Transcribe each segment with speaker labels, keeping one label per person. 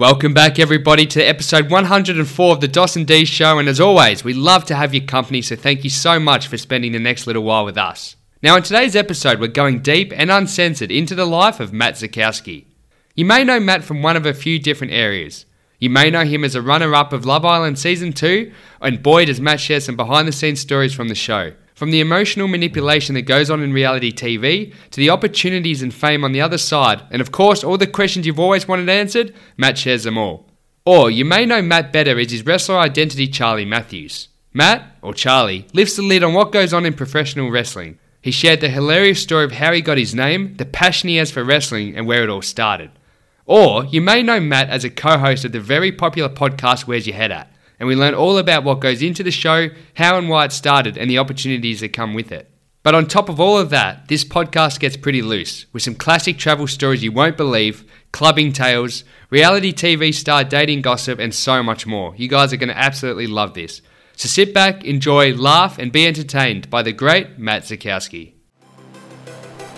Speaker 1: Welcome back, everybody, to episode 104 of the Dos and D Show. And as always, we love to have your company, so thank you so much for spending the next little while with us. Now, in today's episode, we're going deep and uncensored into the life of Matt Zakowski. You may know Matt from one of a few different areas. You may know him as a runner up of Love Island Season 2, and boy, does Matt share some behind the scenes stories from the show. From the emotional manipulation that goes on in reality TV, to the opportunities and fame on the other side, and of course, all the questions you've always wanted answered, Matt shares them all. Or you may know Matt better as his wrestler identity Charlie Matthews. Matt, or Charlie, lifts the lid on what goes on in professional wrestling. He shared the hilarious story of how he got his name, the passion he has for wrestling, and where it all started. Or you may know Matt as a co host of the very popular podcast Where's Your Head At? And we learn all about what goes into the show, how and why it started, and the opportunities that come with it. But on top of all of that, this podcast gets pretty loose with some classic travel stories you won't believe, clubbing tales, reality TV star dating gossip, and so much more. You guys are going to absolutely love this. So sit back, enjoy, laugh, and be entertained by the great Matt Zakowski.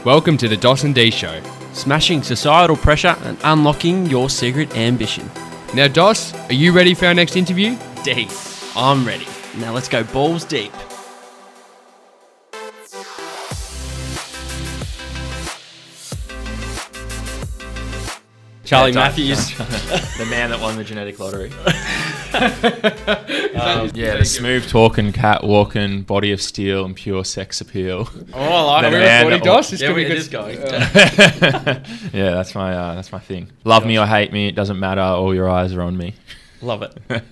Speaker 1: Welcome to the Dot and D Show.
Speaker 2: smashing societal pressure and unlocking your secret ambition.
Speaker 1: Now, Dos, are you ready for our next interview?
Speaker 2: D, I'm ready. Now let's go balls deep. Charlie
Speaker 3: Yeah, don't-
Speaker 2: Matthews.
Speaker 3: The man that won the genetic lottery.
Speaker 4: Um, Yeah, the smooth talking, cat walking, body of steel, and pure sex appeal.
Speaker 2: Oh, I like
Speaker 4: The
Speaker 2: it.
Speaker 4: man that wa-
Speaker 1: This is
Speaker 2: Yeah,
Speaker 1: gonna
Speaker 2: we-
Speaker 1: be
Speaker 2: it
Speaker 1: good.
Speaker 2: is going.
Speaker 4: yeah, that's my uh, that's my thing. Love me or hate me, it doesn't matter. All your eyes are on me.
Speaker 2: Love it.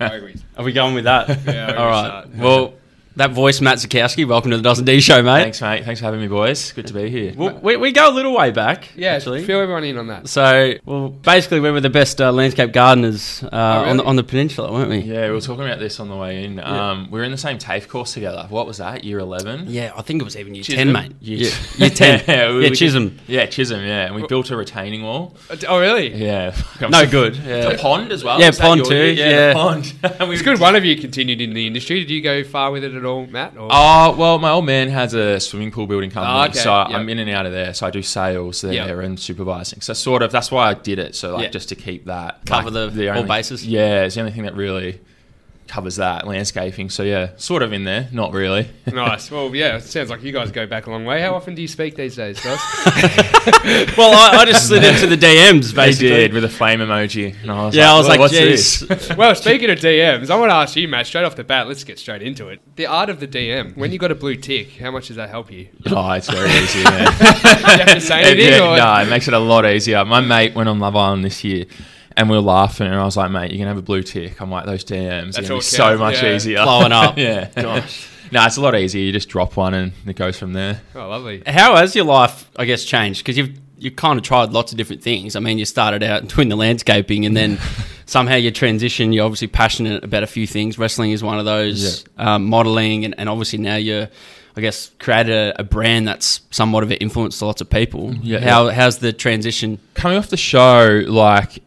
Speaker 2: Are we going with that?
Speaker 1: Yeah,
Speaker 2: All right. Well, that voice, Matt Zakowski. Welcome to the Dozen D Show, mate.
Speaker 4: Thanks, mate. Thanks for having me, boys. Good to be here.
Speaker 2: Well, we, we go a little way back.
Speaker 1: Yeah,
Speaker 2: actually.
Speaker 1: fill everyone in on that.
Speaker 2: So, well, basically, we were the best uh, landscape gardeners uh, on, the,
Speaker 1: really?
Speaker 2: on the peninsula, weren't we?
Speaker 4: Yeah, we were talking about this on the way in. Um, We were in the same TAFE course together. What was that? Year eleven.
Speaker 2: Yeah, I think it was even year
Speaker 4: Chisholm.
Speaker 2: ten, mate.
Speaker 4: Year-
Speaker 2: Year, year ten.
Speaker 4: Yeah,
Speaker 2: yeah,
Speaker 4: we- we-
Speaker 2: Chisholm.
Speaker 4: Yeah, Chisholm. Yeah, and we built a retaining wall.
Speaker 1: Oh, really?
Speaker 4: Yeah, fuck, I'm
Speaker 2: No
Speaker 4: so-
Speaker 2: good.
Speaker 4: The pond as well.
Speaker 2: Yeah,
Speaker 4: Is that
Speaker 2: pond
Speaker 4: your-
Speaker 2: too,
Speaker 4: Yeah,
Speaker 2: yeah.
Speaker 4: The pond. And we
Speaker 1: It's good one of you continued in the industry. Did you go far with it at all, Matt? Or?
Speaker 4: Oh, well, my old man has a swimming pool building company,
Speaker 1: Oh, okay.
Speaker 4: so
Speaker 1: Yep.
Speaker 4: I'm in and out of there. So I do sales there
Speaker 1: Yep.
Speaker 4: and supervising. So sort of that's why I did it. So like
Speaker 2: Yeah.
Speaker 4: just to keep that
Speaker 2: Cover
Speaker 4: like,
Speaker 2: the- all
Speaker 4: only-
Speaker 2: bases.
Speaker 4: Yeah, it's the only thing that really covers that landscaping. So yeah, sort of in there, not really.
Speaker 1: Nice. Well, yeah, it sounds like you guys go back a long way. How often do you speak these days, Dos?
Speaker 2: Well, I, I just slid into the DMs
Speaker 4: they
Speaker 2: basically.
Speaker 4: did with a flame emoji. And I was
Speaker 2: Yeah, I was
Speaker 4: "Well,
Speaker 2: like,
Speaker 4: what's
Speaker 2: "Jeez."
Speaker 4: this?
Speaker 1: well, speaking of DMs, I want to ask you, Matt, straight off the bat, let's get straight into it. The art of the DM. When you got a blue tick, how much does that help you?
Speaker 4: oh, it's very easy. Yeah.
Speaker 1: Do you have to say
Speaker 4: It-
Speaker 1: anything?
Speaker 4: yeah,
Speaker 1: or?
Speaker 4: No, it makes it a lot easier. My mate went on Love Island this year. And we were laughing, and I was like, "Mate, you're gonna have a blue tick." I'm like, "Those DMs are
Speaker 1: That's
Speaker 4: gonna
Speaker 1: all
Speaker 4: be so
Speaker 1: counts,
Speaker 4: much
Speaker 1: yeah.
Speaker 4: easier."
Speaker 2: Blowing up.
Speaker 4: yeah. Gosh. no, it's a lot easier. You just drop one, and it goes from there.
Speaker 1: Oh, lovely.
Speaker 2: How has your life, I guess, changed? Because you've you kind of tried lots of different things. I mean, you started out doing the landscaping, and then somehow you transition. You're obviously passionate about a few things. Wrestling is one of those. Um, modeling, and, and obviously now you're, I guess, created a, a brand that's somewhat of an influence to lots of people.
Speaker 4: Yeah,
Speaker 2: How how's the transition?
Speaker 4: coming off the show, like,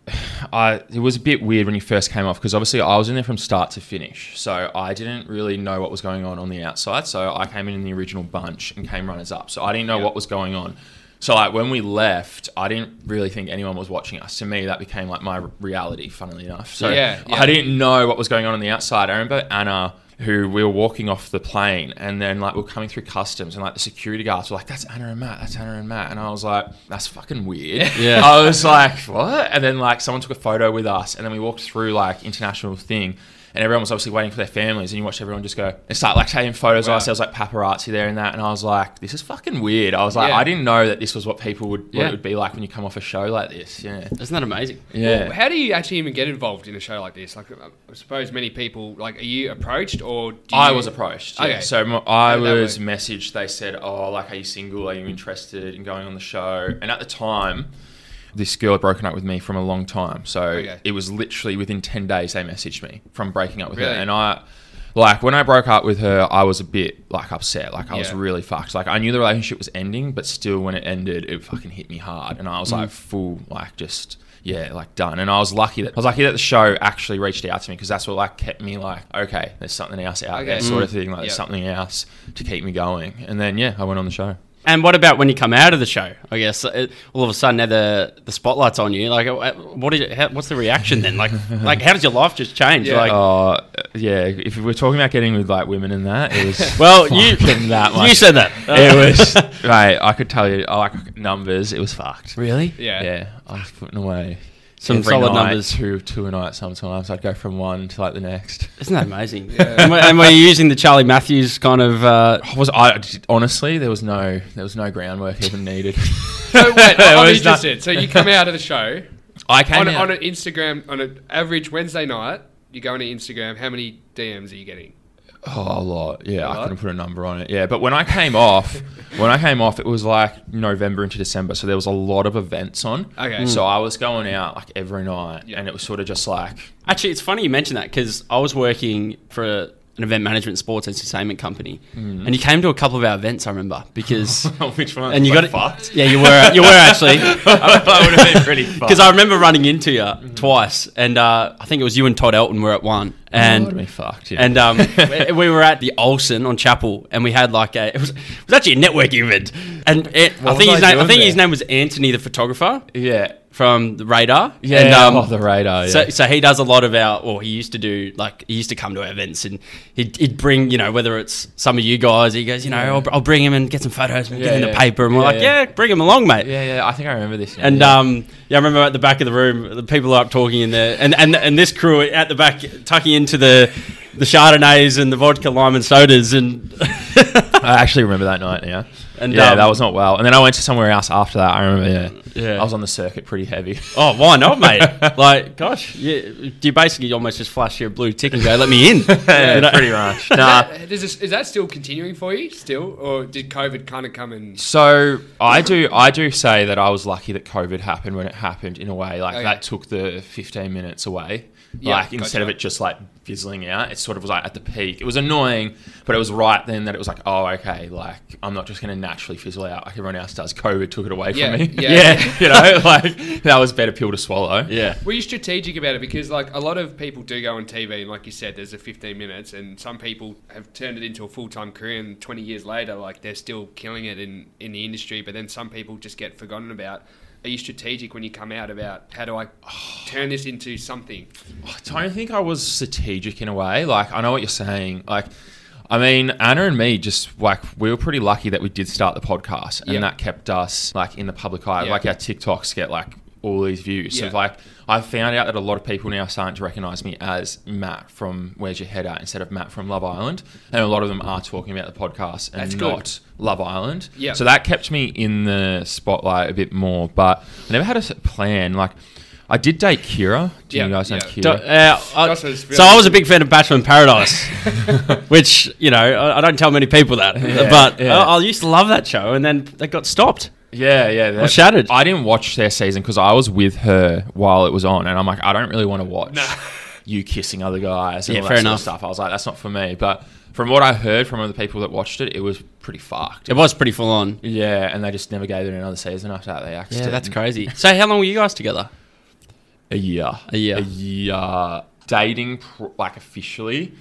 Speaker 4: I it was a bit weird when you first came off because obviously I was in there from start to finish, so I didn't really know what was going on on the outside. So I came in in the original bunch and came runners up, so I didn't know what was going on. So like when we left, I didn't really think anyone was watching us. To me, that became like my reality. Funnily enough, so
Speaker 1: Yeah, yeah.
Speaker 4: I didn't know what was going on on the outside. I remember Anna. Who we were walking off the plane, and then like we we're coming through customs, and like the security guards were like, "That's Anna and Matt, that's Anna and Matt," and I was like, "That's fucking weird."
Speaker 2: Yeah.
Speaker 4: I was like, what? And then like someone took a photo with us, and then we walked through like international thing, and everyone was obviously waiting for their families, and you watched everyone just go and start like taking photos
Speaker 1: Wow.
Speaker 4: of us. There was like paparazzi there and that, and I was like, this is fucking weird. I was like,
Speaker 1: Yeah.
Speaker 4: I didn't know that this was what people would what
Speaker 1: Yeah.
Speaker 4: it would be like when you come off a show like this. Yeah,
Speaker 2: Isn't that amazing?
Speaker 4: yeah.
Speaker 1: How do you actually even get involved in a show like this? Like, um, I suppose many people like, are you approached or? Do you...
Speaker 4: I was approached. Yeah.
Speaker 1: Okay.
Speaker 4: So my, I
Speaker 1: Put it that
Speaker 4: was
Speaker 1: way.
Speaker 4: messaged. They said, "Oh, like, are you single? Are you interested in going on the show?" And at the time, this girl had broken up with me from a long time. So
Speaker 1: Okay.
Speaker 4: it was literally within ten days they messaged me from breaking up with
Speaker 1: Really?
Speaker 4: her, and I. Like when I broke up with her, I was a bit like upset. Like I was
Speaker 1: Yeah.
Speaker 4: really fucked. Like I knew the relationship was ending, but still, when it ended, it fucking hit me hard, and I was
Speaker 1: Mm.
Speaker 4: like full, like just yeah, like done. And I was lucky that I was lucky that the show actually reached out to me because that's what like kept me like okay, there's something else out
Speaker 1: Okay.
Speaker 2: Mm.
Speaker 4: there, sort of thing. Like
Speaker 1: Yep.
Speaker 4: there's something else to keep me going. And then yeah, I went on the show.
Speaker 2: And what about when you come out of the show? I guess uh, all of a sudden now the the spotlight's on you. Like, uh, what is it, how, what's the reaction then? Like, like how does your life just change?
Speaker 1: Yeah.
Speaker 2: Like,
Speaker 4: Uh, yeah, if we're talking about getting with like women and that, it was
Speaker 2: well, you
Speaker 4: fucking that much.
Speaker 2: you said that. Uh,
Speaker 4: it was right. I could tell you like numbers. It was fucked.
Speaker 2: really
Speaker 1: Yeah.
Speaker 4: Yeah, I was putting away
Speaker 2: some
Speaker 4: every
Speaker 2: solid
Speaker 4: night,
Speaker 2: numbers.
Speaker 4: Two, two a night sometimes. I'd go from one to like the next.
Speaker 2: Isn't that amazing? and, were, and were you using the Charlie Matthews kind of? Uh,
Speaker 4: I was I honestly there was no there was no groundwork even needed.
Speaker 1: So wait,
Speaker 4: There
Speaker 1: I'm
Speaker 4: was not-
Speaker 1: interested. So you come out of the show
Speaker 4: I came
Speaker 1: on,
Speaker 4: out-
Speaker 1: on an Instagram on an average Wednesday night. You go into Instagram. How many DMs are you getting?
Speaker 4: Oh, a lot.
Speaker 1: A
Speaker 4: Yeah, I
Speaker 1: lot?
Speaker 4: couldn't put a number on it. Yeah, but when I came off, when I came off, it was like November into December, so there was a lot of events on.
Speaker 1: Okay.
Speaker 4: So I was going out like every night,
Speaker 1: Yeah.
Speaker 4: and it was sort of just like
Speaker 2: Actually, it's funny you mention that because I was working for a, an event management sports entertainment company,
Speaker 4: Mm.
Speaker 2: and you came to a couple of our events. I remember because
Speaker 4: oh, which one?
Speaker 2: and you got
Speaker 4: like
Speaker 2: it.
Speaker 4: fucked.
Speaker 2: Yeah, you were you were actually
Speaker 4: I would have been pretty fucked. Mm.
Speaker 2: because I remember running into you twice, and uh, I think it was you and Todd Elton were at one,
Speaker 4: and
Speaker 2: and
Speaker 4: would have Oh, been fucked. Yeah.
Speaker 2: and um, we- we were at the Olsen on Chapel, and we had like a it was, it was actually a networking event, and it, I
Speaker 4: What
Speaker 2: think
Speaker 4: was
Speaker 2: his
Speaker 4: I
Speaker 2: name I
Speaker 4: doing
Speaker 2: think his
Speaker 4: there?
Speaker 2: name was Anthony the photographer
Speaker 4: yeah,
Speaker 2: from the Radar,
Speaker 4: yeah.
Speaker 2: and, um,
Speaker 4: oh, the radar. Yeah.
Speaker 2: so, so he does a lot of our, or he used to do, like, he used to come to our events and he'd, he'd bring, you know, whether it's some of you guys, he goes, you know,
Speaker 4: Yeah.
Speaker 2: I'll, I'll bring him and get some photos and get
Speaker 4: Yeah,
Speaker 2: him the
Speaker 4: yeah.
Speaker 2: paper. And we're
Speaker 4: Yeah,
Speaker 2: like, yeah.
Speaker 4: yeah.
Speaker 2: bring him along, mate.
Speaker 4: yeah, yeah. I think I remember this. now,
Speaker 2: And
Speaker 4: yeah.
Speaker 2: um, yeah, I remember at the back of the room, the people are up talking in there, and, and and this crew at the back tucking into the the chardonnays and the vodka lime and sodas, and
Speaker 4: I Uh, actually remember that night now.
Speaker 2: And,
Speaker 4: And yeah,
Speaker 2: um,
Speaker 4: that was not well. And then I went to somewhere else after that. I remember. Yeah,
Speaker 2: Yeah.
Speaker 4: I was on the circuit pretty heavy.
Speaker 2: oh, why not, mate? Like, gosh, you, you basically almost just flash your blue tick and go, let me in. You know?
Speaker 4: pretty much. Nah,
Speaker 1: Does this, is that still continuing for you still, or did COVID kind of come and?
Speaker 4: So I do I do say that I was lucky that COVID happened when it happened in a way like
Speaker 1: Okay.
Speaker 4: that took the 15 minutes away.
Speaker 1: Yeah,
Speaker 4: like instead of
Speaker 1: gotcha.
Speaker 4: it just like fizzling out, it sort of was like at the peak. It was annoying, but it was right then that it was like, oh okay, like I'm not just going to naturally fizzle out like everyone else does. COVID took it away
Speaker 1: Yeah,
Speaker 4: from me.
Speaker 1: yeah.
Speaker 4: you know, like that was a better pill to swallow.
Speaker 2: yeah.
Speaker 1: Were you strategic about it? Because like a lot of people do go on TV, and like you said, there's a 15 minutes, and some people have turned it into a full time career, and 20 years later, like they're still killing it in in the industry. But then some people just get forgotten about. Are you strategic when you come out about how do I turn this into something?
Speaker 4: I don't think I was strategic in a way. Like I know what you're saying. Like I mean, Anna and me just like we were pretty lucky that we did start the podcast and
Speaker 1: Yeah.
Speaker 4: that kept us like in the public eye.
Speaker 1: Yeah.
Speaker 4: Like our TikToks get like all these views.
Speaker 1: Yeah.
Speaker 4: So like I found out that a lot of people now are starting to recognise me as Matt from Where's Your Head At instead of Matt from Love Island. And a lot of them are talking about the podcast and
Speaker 1: That's good.
Speaker 4: not Love Island.
Speaker 1: Yeah.
Speaker 4: So that kept me in the spotlight a bit more, but I never had a s- plan. Like I did date Kira. Do
Speaker 1: Yeah,
Speaker 4: you guys know
Speaker 1: yeah.
Speaker 4: Kira?
Speaker 2: Do- uh, I-
Speaker 1: Josh was
Speaker 2: so I was a big fan of Bachelor in Paradise, which you know I, I don't tell many people that, but
Speaker 4: yeah.
Speaker 2: I, I used to love that show, and then that got stopped.
Speaker 4: Yeah, yeah. That,
Speaker 2: shattered.
Speaker 4: I didn't watch their season because I was with her while it was on, and I'm like, I don't really want to watch you kissing other guys and
Speaker 2: Yeah,
Speaker 4: all
Speaker 2: fair
Speaker 4: that sort
Speaker 2: enough.
Speaker 4: of stuff. I was like, that's not for me. But from what I heard from other people that watched it, it was pretty fucked.
Speaker 2: It was pretty full on.
Speaker 4: Yeah, and they just never gave it another season after that. They axed
Speaker 2: Yeah,
Speaker 4: it
Speaker 2: that's
Speaker 4: in
Speaker 2: crazy. So how long were you guys together?
Speaker 4: A year,
Speaker 2: A year.
Speaker 4: a year. Dating, pr- like officially,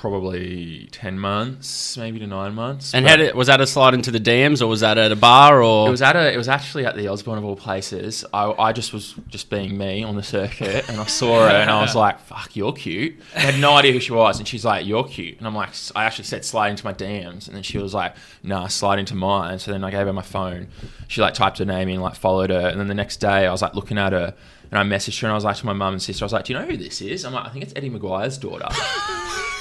Speaker 4: probably ten months, maybe to nine months.
Speaker 2: And
Speaker 4: but-
Speaker 2: how did, was that a slide into the DMs, or was that at a bar, or
Speaker 4: It was at a. It was actually at the Osborne of all places. I, I just was just being me on the circuit, and I saw her, and I was like, "Fuck, you're cute." I had no idea who she was, and she's like, "You're cute," and I'm like, s- "I actually said slide into my DMs," and then she was like, "Nah, slide into mine." So then I gave her my phone. She like typed her name in, like followed her, and then the next day I was like looking at her, and I messaged her, and I was like to my mum and sister, I was like, "Do you know who this is?" I'm like, "I think it's Eddie McGuire's daughter."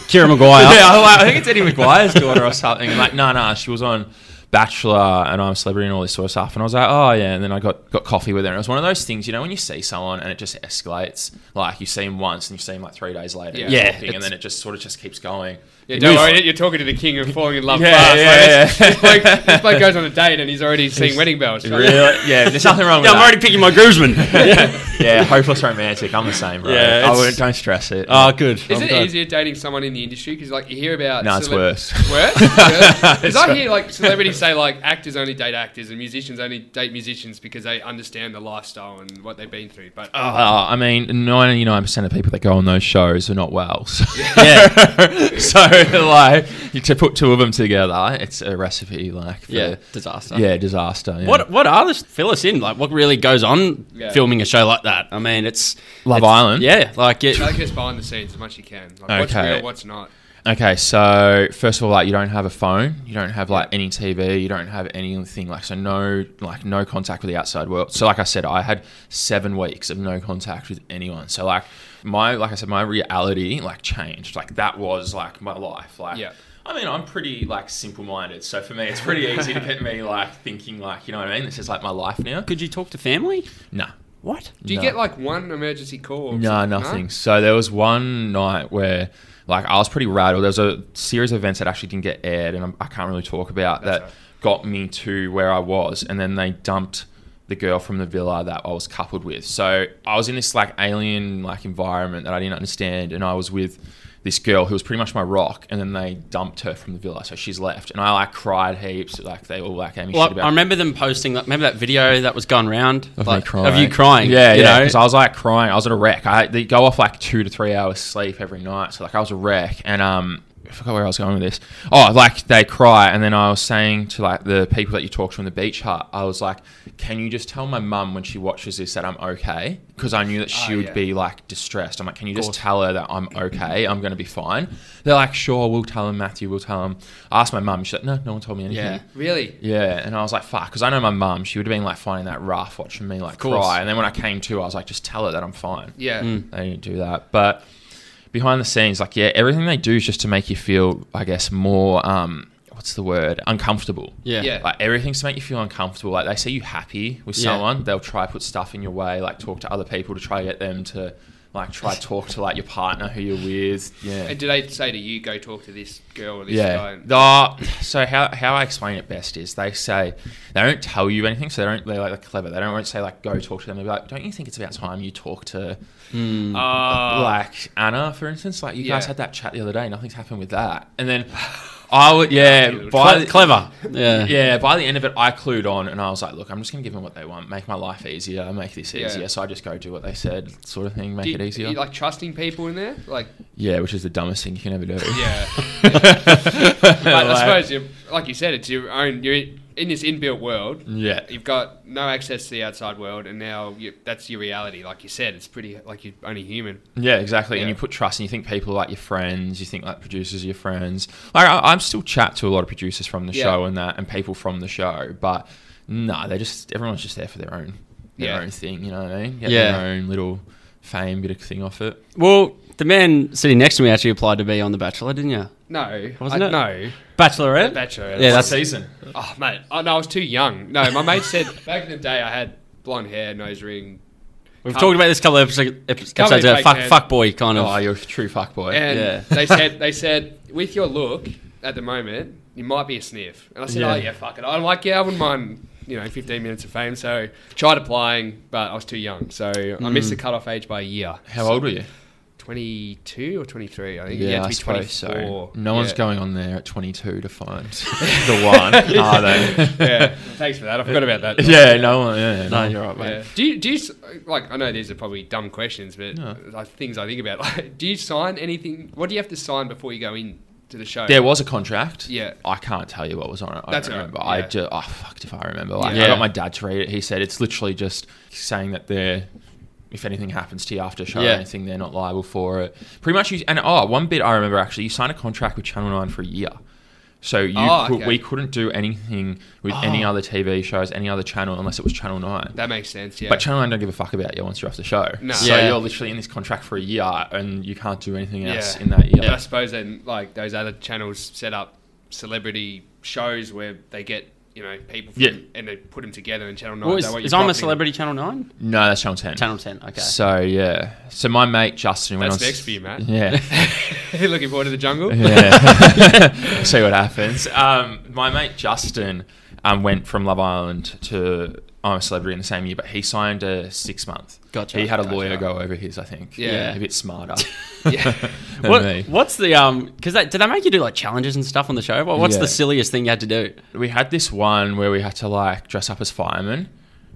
Speaker 2: Kira Maguire?
Speaker 4: yeah, I'm like, I think it's Eddie McGuire's daughter or something. And like, no, no, she was on Bachelor and I'm a Celebrity and all this sort of stuff. And I was like, oh yeah. And then I got, got coffee with her. And it was one of those things, you know, when you see someone and it just escalates. Like you see him once and you see him like three days later. and
Speaker 1: Yeah.
Speaker 4: you're
Speaker 2: Yeah,
Speaker 4: talking, and
Speaker 2: it's-
Speaker 4: then it just sort of just keeps going.
Speaker 1: Yeah,
Speaker 4: It
Speaker 1: don't
Speaker 4: is-
Speaker 1: worry, you're talking to the king of falling in love
Speaker 4: Yeah,
Speaker 1: fast.
Speaker 4: yeah,
Speaker 1: Like, this, this bloke, this bloke goes on a date and he's already seeing wedding bells.
Speaker 4: Really? Yeah, there's nothing wrong with
Speaker 2: Yeah, I'm
Speaker 4: that.
Speaker 2: already picking my groomsmen. Yeah.
Speaker 4: yeah, hopeless romantic. I'm the same, bro.
Speaker 2: Yeah,
Speaker 4: I
Speaker 2: it's-
Speaker 4: wouldn't, don't stress it.
Speaker 2: Oh, good.
Speaker 1: Is
Speaker 2: I'm
Speaker 1: it
Speaker 2: glad.
Speaker 1: easier dating someone in the industry? Because like you hear about
Speaker 4: No, it's
Speaker 1: cele-
Speaker 4: worse.
Speaker 1: Worse? Because
Speaker 4: It's
Speaker 1: I
Speaker 4: wor-
Speaker 1: hear like celebrities say like actors only date actors and musicians only date musicians because they understand the lifestyle and what they've been through. But
Speaker 4: Uh, I mean, 99% of people that go on those shows are not well. So,
Speaker 2: Yeah.
Speaker 4: so like, you, to put two of them together, it's a recipe, like, for,
Speaker 2: Yeah, disaster.
Speaker 4: yeah, disaster. yeah.
Speaker 2: What what are the fill us in like? What really goes on
Speaker 1: Yeah.
Speaker 2: filming a show like that? I mean, it's
Speaker 4: Love
Speaker 2: it's-
Speaker 4: Island?
Speaker 2: Yeah, like it.
Speaker 1: take us behind the scenes as much as you can. Like what's
Speaker 4: Okay.
Speaker 1: real, what's not.
Speaker 4: Okay, so first of all, like, you don't have a phone, you don't have, like, any TV, you don't have anything, like, so no, like, no contact with the outside world. So, like I said, I had seven weeks of no contact with anyone. So, like, my, like I said, my reality, like, changed. Like, that was, like, my life. Like,
Speaker 1: Yeah.
Speaker 4: I mean, I'm pretty like simple-minded, so for me, it's pretty easy to get me like thinking like, you know what I mean? This is like my life now.
Speaker 2: Could you talk to family?
Speaker 4: Nah,
Speaker 2: What?
Speaker 1: Do you
Speaker 4: No.
Speaker 1: get like one emergency call? or
Speaker 4: nah,
Speaker 1: something?
Speaker 4: nothing. So there was one night where like I was pretty rattled. There was a series of events that actually didn't get aired, and I'm, I can't really talk about
Speaker 1: That's
Speaker 4: that
Speaker 1: right.
Speaker 4: got me to where I was, and then they dumped the girl from the villa that I was coupled with. So I was in this like alien like environment that I didn't understand, and I was with this girl who was pretty much my rock, and then they dumped her from the villa, so she's left, and I like cried heaps, like they all like gave me shit
Speaker 2: Well,
Speaker 4: about.
Speaker 2: I remember them posting. Like, remember that video that was going round
Speaker 4: of
Speaker 2: like,
Speaker 4: me crying.
Speaker 2: of you crying?
Speaker 4: Yeah,
Speaker 2: you
Speaker 4: yeah.
Speaker 2: know?
Speaker 4: Because I was like crying. I was at a wreck. I they go off like two to three hours sleep every night. So like I was a wreck, and um, I forgot where I was going with this. Oh, like they cry, and then I was saying to like the people that you talk to in the beach hut, I was like, can you just tell my mum when she watches this that I'm okay? Because I knew that she
Speaker 1: Oh,
Speaker 4: would
Speaker 1: yeah.
Speaker 4: be like distressed. I'm like, can you just tell her that I'm okay? I'm gonna be fine. They're like, sure, we'll tell him, Matthew. We'll tell him. I asked my mum. She's like, no, no one told me anything.
Speaker 2: Yeah.
Speaker 1: Really?
Speaker 4: Yeah, and I was like, fuck, because I know my mum, she would have been like finding that rough watching me like
Speaker 2: course.
Speaker 4: cry. And then when I came to, I was like, just tell her that I'm fine.
Speaker 1: Yeah.
Speaker 4: They didn't do that. But behind the scenes, like, yeah, everything they do is just to make you feel, I guess, more, um, what's the word, uncomfortable.
Speaker 2: yeah.
Speaker 1: Yeah.
Speaker 4: Like everything's to make you feel uncomfortable. Like they see you happy with
Speaker 2: Yeah.
Speaker 4: someone, they'll try put stuff in your way, like talk to other people to try get them to like try talk to like your partner who you're with. Yeah.
Speaker 1: And do they say to you, go talk to this girl or this guy?
Speaker 4: Yeah.
Speaker 1: And-
Speaker 4: Ah, so how, how I explain it best is they say they don't tell you anything, so they don't they're like clever. They don't want to say like go talk to them. They're like, don't you think it's about time you talk to
Speaker 1: Ah.
Speaker 4: Hmm. like Anna, for instance? Like you guys
Speaker 1: Yeah.
Speaker 4: had that chat the other day, nothing's happened with that. And then I would yeah,
Speaker 1: Dude.
Speaker 4: by the,
Speaker 2: Clever. Yeah.
Speaker 4: yeah, by the end of it, I clued on and I was like, look, I'm just gonna give them what they want, make my life easier, make this
Speaker 1: Yeah.
Speaker 4: easier. So I just go do what they said, sort of thing, make
Speaker 1: do you-
Speaker 4: it easier.
Speaker 1: Are you like trusting people in there? Like,
Speaker 4: yeah, which is the dumbest thing you can ever do.
Speaker 1: yeah. But I suppose, you like you said, it's your own. You're in in this inbuilt world.
Speaker 2: Mm.
Speaker 4: yeah.
Speaker 1: You've got no access to the outside world, and now you, that's your reality. Like you said, it's pretty like you're only human.
Speaker 4: Yeah, exactly. And
Speaker 1: Yeah.
Speaker 4: you put trust, and you think people are like your friends. You think like producers are your friends. Like I, I'm still chat to a lot of producers from the
Speaker 1: Yeah.
Speaker 4: show and that, and people from the show. But no, they just everyone's just there for their own, their
Speaker 1: Yeah.
Speaker 4: own thing. You know what I mean? Get
Speaker 2: Yeah.
Speaker 4: Their own little fame bit of thing off it.
Speaker 2: Well, the man sitting next to me actually applied to be on The Bachelor, didn't you?
Speaker 1: No,
Speaker 2: Wasn't
Speaker 1: I,
Speaker 2: it?
Speaker 1: No,
Speaker 2: Bachelorette.
Speaker 1: bachelor.
Speaker 2: Yeah, that's-
Speaker 4: season.
Speaker 1: Oh, mate. Oh, no, I was too young. No, my mate said back in the day I had blonde hair, nose ring,
Speaker 2: We've talked about this couple of episodes.
Speaker 1: Can't
Speaker 2: episodes
Speaker 1: be
Speaker 2: uh,
Speaker 1: fake
Speaker 2: fuck,
Speaker 1: man.
Speaker 2: fuck boy kind of.
Speaker 4: Oh, you're a true fuckboy.
Speaker 1: and
Speaker 2: Yeah.
Speaker 1: they said they said with your look at the moment, you might be a sniff. And I said,
Speaker 4: Yeah.
Speaker 1: oh yeah, fuck it. I'm like, yeah, I wouldn't mind. You know, 15 minutes of fame. So tried applying, but I was too young. So I missed the cutoff age by a year.
Speaker 4: Mm. How old were you?
Speaker 1: 22 or 23, I think. you had to be 24.
Speaker 4: No one's
Speaker 1: Yeah.
Speaker 4: going on there at 22 to find the one, are they?
Speaker 1: yeah. Thanks for that. I forgot about that.
Speaker 4: yeah, no one. Yeah,
Speaker 2: no,
Speaker 4: no.
Speaker 2: you're right, mate.
Speaker 1: Yeah. Do you, do you s- like? I know these are probably dumb questions, but
Speaker 4: No.
Speaker 1: like things I think about. Like, do you sign anything? What do you have to sign before you go in to the show?
Speaker 4: There was a contract.
Speaker 1: Yeah.
Speaker 4: I can't tell you what was on it. I
Speaker 1: That's
Speaker 4: don't
Speaker 1: all right,
Speaker 4: remember. I
Speaker 1: yeah.
Speaker 4: just, oh, fucked if I remember. Like,
Speaker 2: Yeah.
Speaker 4: I got my dad to read it. He said it's literally just saying that they're, if anything happens to you after a show
Speaker 2: Yeah.
Speaker 4: or anything, they're not liable for it. Pretty much, you, and oh, one bit I remember actually, you signed a contract with Channel 9 for a year. So you
Speaker 1: Oh,
Speaker 4: could,
Speaker 1: okay. Oh.
Speaker 4: we couldn't do anything with any other TV shows, any other channel, unless it was Channel 9.
Speaker 1: that makes sense. Yeah.
Speaker 4: But Channel 9 don't give a fuck about you once you're off the show.
Speaker 1: No.
Speaker 4: So
Speaker 2: Yeah.
Speaker 4: you're literally in this contract for a year and you can't do anything else
Speaker 1: Yeah.
Speaker 4: in that year.
Speaker 1: But I suppose then, like those other channels set up celebrity shows where they get you know people from,
Speaker 4: Yeah.
Speaker 1: and they put them together. And Channel Nine.
Speaker 2: Well, is,
Speaker 1: don't want you
Speaker 2: is I'm a
Speaker 1: profiting.
Speaker 2: Celebrity Channel 9?
Speaker 4: No, that's Channel 10.
Speaker 2: Channel 10, okay.
Speaker 4: So yeah, so my mate Justin went
Speaker 1: That's
Speaker 4: on.
Speaker 1: next for you, Matt.
Speaker 4: Yeah,
Speaker 1: Looking forward to the jungle.
Speaker 4: yeah. See what happens. Um, my mate Justin um, went from Love Island to I'm a Celebrity in the same year, but he signed a six month.
Speaker 2: Gotcha,
Speaker 4: He had a
Speaker 2: gotcha.
Speaker 4: lawyer go over his, I think.
Speaker 1: Yeah.
Speaker 4: a bit smarter.
Speaker 1: Yeah.
Speaker 4: than
Speaker 2: What,
Speaker 4: me.
Speaker 2: What's the um? Because did they make you do like challenges and stuff on the show? What, what's
Speaker 4: Yeah.
Speaker 2: the silliest thing you had to do?
Speaker 4: we had this one where we had to like dress up as firemen.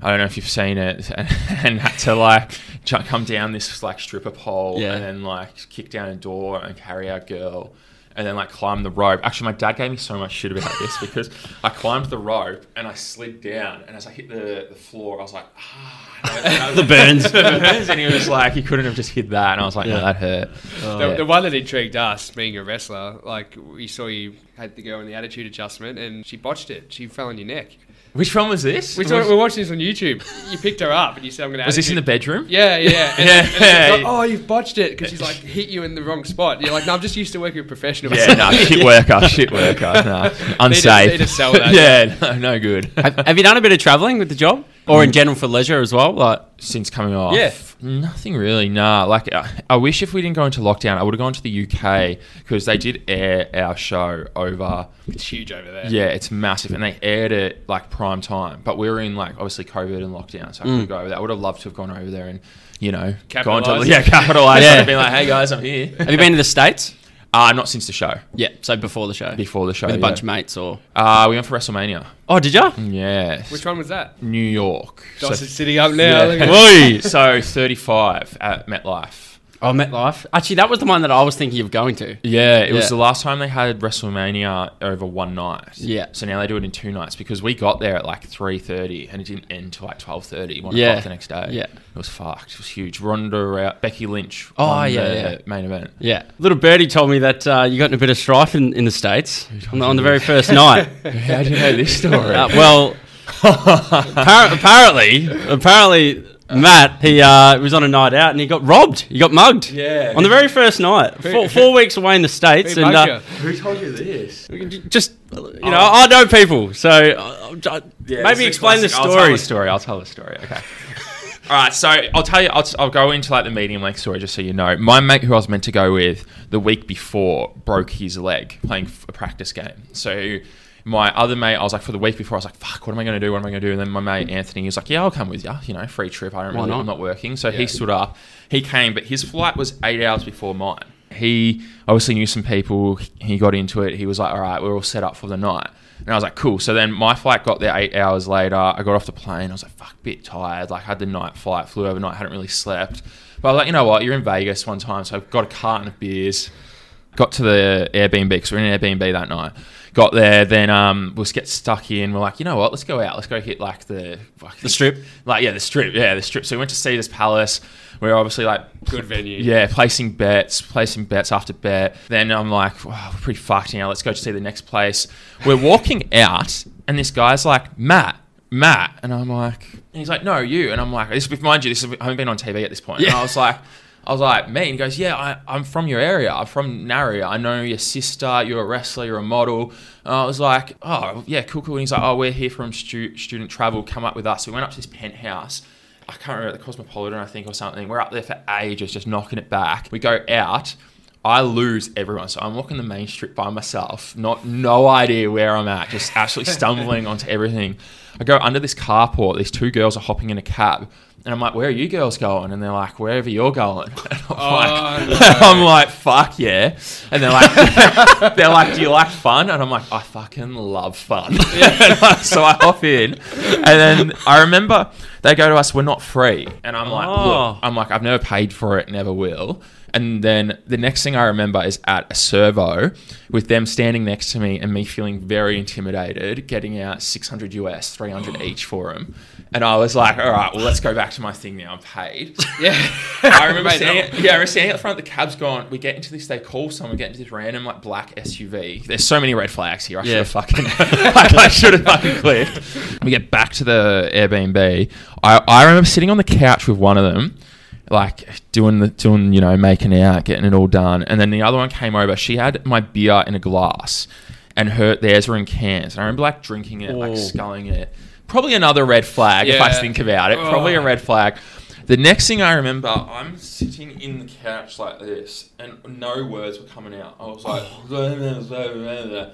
Speaker 4: I don't know if you've seen it, and, and had to like ju- come down this like stripper pole
Speaker 2: Yeah.
Speaker 4: and then like kick down a door and carry our girl, and then like climb the rope. Actually, my dad gave me so much shit about this because I climbed the rope and I slid down, and as I hit the, the floor, I was like, ah,
Speaker 2: The burns.
Speaker 4: the burns, and he was like, you couldn't have just hit that, and I was like, no, that hurt.
Speaker 1: The,
Speaker 4: Yeah.
Speaker 1: the one that intrigued us, being a wrestler, like we saw you had the girl in the attitude adjustment, and she botched it. She fell on your neck.
Speaker 4: Which one was this?
Speaker 1: We
Speaker 4: was,
Speaker 1: saw, we're watching this on YouTube. You picked her up and you said, "I'm gonna."
Speaker 4: was this in the
Speaker 1: attitude-"
Speaker 4: bedroom?
Speaker 1: Yeah, yeah. And,
Speaker 4: Yeah.
Speaker 1: and it's like, oh, you've botched it because she's like hit you in the wrong spot. And you're like, no, I'm just used to working with professionals.
Speaker 4: Yeah, no, shit worker, shit worker, no, unsafe.
Speaker 1: need to sell that.
Speaker 4: yeah, no, no good.
Speaker 2: have, have you done a bit of traveling with the job, or in general for leisure as well? Like,
Speaker 4: Since coming off,
Speaker 2: Yeah.
Speaker 4: nothing really. Nah, like I, I wish if we didn't go into lockdown, I would have gone to the UK because they did air our show over.
Speaker 1: it's huge over there.
Speaker 4: Yeah, it's massive, and they aired it like prime time. But we were in like obviously COVID and lockdown, so I couldn't go over there. I would have loved to have gone over there and you know gone
Speaker 1: Capitalise.
Speaker 4: to yeah capitalize
Speaker 2: Yeah.
Speaker 4: and been like, hey guys, I'm here.
Speaker 2: have you been to the states?
Speaker 4: Uh, not since the show.
Speaker 2: Yeah, so before the show,
Speaker 4: Before the show,
Speaker 2: with a
Speaker 4: yeah.
Speaker 2: bunch of mates, or
Speaker 4: Uh, we went for WrestleMania.
Speaker 2: oh, did you?
Speaker 4: Yeah,
Speaker 1: Which one was that?
Speaker 4: New York. So
Speaker 1: Dawson City up now. look at-
Speaker 4: Whoa. so 35 at MetLife.
Speaker 2: Oh, MetLife. Actually, that was the one that I was thinking of going to.
Speaker 4: Yeah, it
Speaker 2: Yeah.
Speaker 4: was the last time they had WrestleMania over one night.
Speaker 2: Yeah.
Speaker 4: So now they do it in two nights because we got there at like 3.30 and it didn't end till like 12.30, 1
Speaker 2: Yeah.
Speaker 4: o'clock the next day.
Speaker 2: Yeah.
Speaker 4: It was fucked. It was huge. Ronda, Rou- Becky Lynch
Speaker 2: Oh,
Speaker 4: won
Speaker 2: yeah,
Speaker 4: the
Speaker 2: yeah.
Speaker 4: main event.
Speaker 2: Yeah, little birdie told me that uh, you got in a bit of strife in, in the states on the, on the very first night.
Speaker 4: How do you know this story?
Speaker 2: Uh, well, appar- apparently, apparently, Matt he uh, was on a night out and he got robbed. He got mugged.
Speaker 4: Yeah.
Speaker 2: On the very first night, four, four weeks away in the states,
Speaker 1: Hey,
Speaker 2: and uh,
Speaker 1: Bunker.
Speaker 4: Who told you this?
Speaker 2: j- just you know, I know people, so uh, j- maybe explain the
Speaker 4: I'll tell
Speaker 2: story.
Speaker 4: the story. I'll tell the story. Okay. All right, so I'll tell you. I'll, I'll go into like the medium length story just so you know. My mate, who I was meant to go with the week before, broke his leg playing f- a practice game. So my other mate, I was like, for the week before, I was like, "Fuck, what am I going to do? What am I going to do?" And then my mate Anthony was like, "Yeah, I'll come with you. You know, free trip. I don't
Speaker 2: Why
Speaker 4: really,
Speaker 2: not?
Speaker 4: I'm not working." So he stood up, he came, but his flight was eight hours before mine. He obviously knew some people. He got into it. He was like, "All right, we're all set up for the night." And I was like, "Cool." So then my flight got there eight hours later. I got off the plane. I was like, "Fuck, bit tired." Like had the night flight, flew overnight, hadn't really slept. But I was like, "You know what? You're in Vegas one time, so I've got a carton of beers." got to the Airbnb because we are in an Airbnb that night. Got there, then um, we'll just get stuck in. We're like, you know what? Let's go out. Let's go hit like the fuck,
Speaker 2: The strip?
Speaker 4: Like yeah, the strip. Yeah, the strip. So we went to Caesar's Palace. We are obviously like
Speaker 1: Good venue.
Speaker 4: yeah, placing bets, placing bets after bet. Then I'm like, wow, we're pretty fucked now. Let's go to see the next place. We're walking out, and this guy's like, Matt, Matt, and I'm like, and he's like, no, you, and I'm like, this, mind you, this is, I haven't been on TV at this point. And I was like. I was like, me. And he goes, yeah, I, I'm from your area. I'm from Narria. I know your sister. You're a wrestler. You're a model. And I was like, oh, yeah, cool, cool. And he's like, oh, we're here from stu- student travel. Come up with us. We went up to this penthouse. I can't remember the Cosmopolitan, I think, or something. We're up there for ages, just knocking it back. We go out. I lose everyone, so I'm walking the main strip by myself, not no idea where I'm at, just absolutely stumbling onto everything. I go under this carport. These two girls are hopping in a cab, and I'm like, "Where are you girls going?" And they're like, "Wherever you're going." And I'm, like,
Speaker 1: no.
Speaker 4: I'm like, "Fuck yeah!" And they're like, "They're like, do you like fun?" And I'm like, "I fucking love fun." so I hop in, and then I remember they go to us, "We're not free," and I'm like,
Speaker 2: Oh.
Speaker 4: "Look, I'm like, I've never paid for it, never will." And then the next thing I remember is at a servo with them standing next to me and me feeling very intimidated, getting out 600 US, 300 each for them. And I was like, all right, well, let's go back to my thing now. I'm paid.
Speaker 1: Yeah.
Speaker 4: I remember
Speaker 1: Mate,
Speaker 4: standing,
Speaker 1: that-
Speaker 4: yeah, I remember standing out the front of the cab's gone. We get into this, they call someone, we get into this random like black SUV. There's so many red flags here. I
Speaker 2: Yeah.
Speaker 4: should have fucking, like, I should have fucking clicked. We get back to the Airbnb. I, I remember sitting on the couch with one of them, like doing the doing you know making out, getting it all done, and then the other one came over. She had my beer in a glass, and her theirs were in cans. And I remember like drinking it,
Speaker 2: Oh.
Speaker 4: like sculling it. Probably another red flag if I
Speaker 1: Yeah.
Speaker 4: think about it. Probably a
Speaker 1: Oh.
Speaker 4: red flag. The next thing I remember, I'm sitting in the couch like this, and no words were coming out. I was like, and then
Speaker 2: Oh,
Speaker 4: the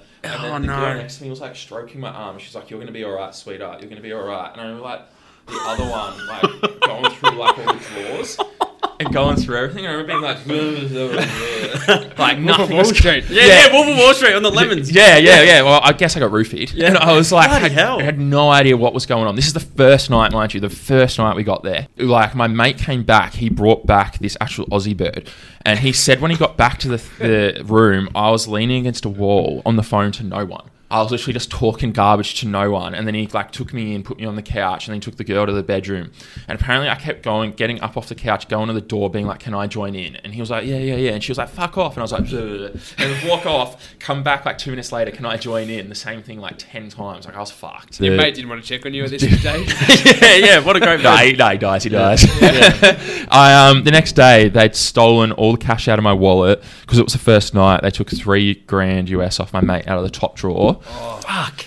Speaker 2: no.
Speaker 4: Oh, girl next to me was like stroking my arm. She's like, "You're gonna be all right, sweetheart. You're gonna be all right." And I'm like, the other one, like going through like all the floors and going through everything. I remember being like, like nothing was
Speaker 2: Yeah, yeah, Wolf of Wall Street on the lemons.
Speaker 4: Yeah, yeah, yeah. Well, I guess I got roofied.
Speaker 2: Yeah.
Speaker 4: And I was like,
Speaker 2: Bloody
Speaker 4: I,
Speaker 2: hell.
Speaker 4: I had no idea what was going on. This is the first night, mind you, the first night we got there. Like, my mate came back. He brought back this actual Aussie bird. And he said when he got back to the, the room, I was leaning against a wall on the phone to no one. I was literally just talking garbage to no one, and then he like took me in, put me on the couch, and then he took the girl to the bedroom. And apparently, I kept going, getting up off the couch, going to the door, being like, "Can I join in?" And he was like, "Yeah, yeah, yeah." And she was like, "Fuck off!" And I was like, "Bleh." and walk off, come back like two minutes later, "Can I join in?" The same thing like ten times. Like I was fucked.
Speaker 1: Your mate didn't want to check on you at this stage.
Speaker 2: yeah, yeah. What a great
Speaker 4: No, he, no, he dies. He dies. I um the next day they'd stolen all the cash out of my wallet because it was the first night. They took three grand US off my mate out of the top drawer.
Speaker 2: Fuck.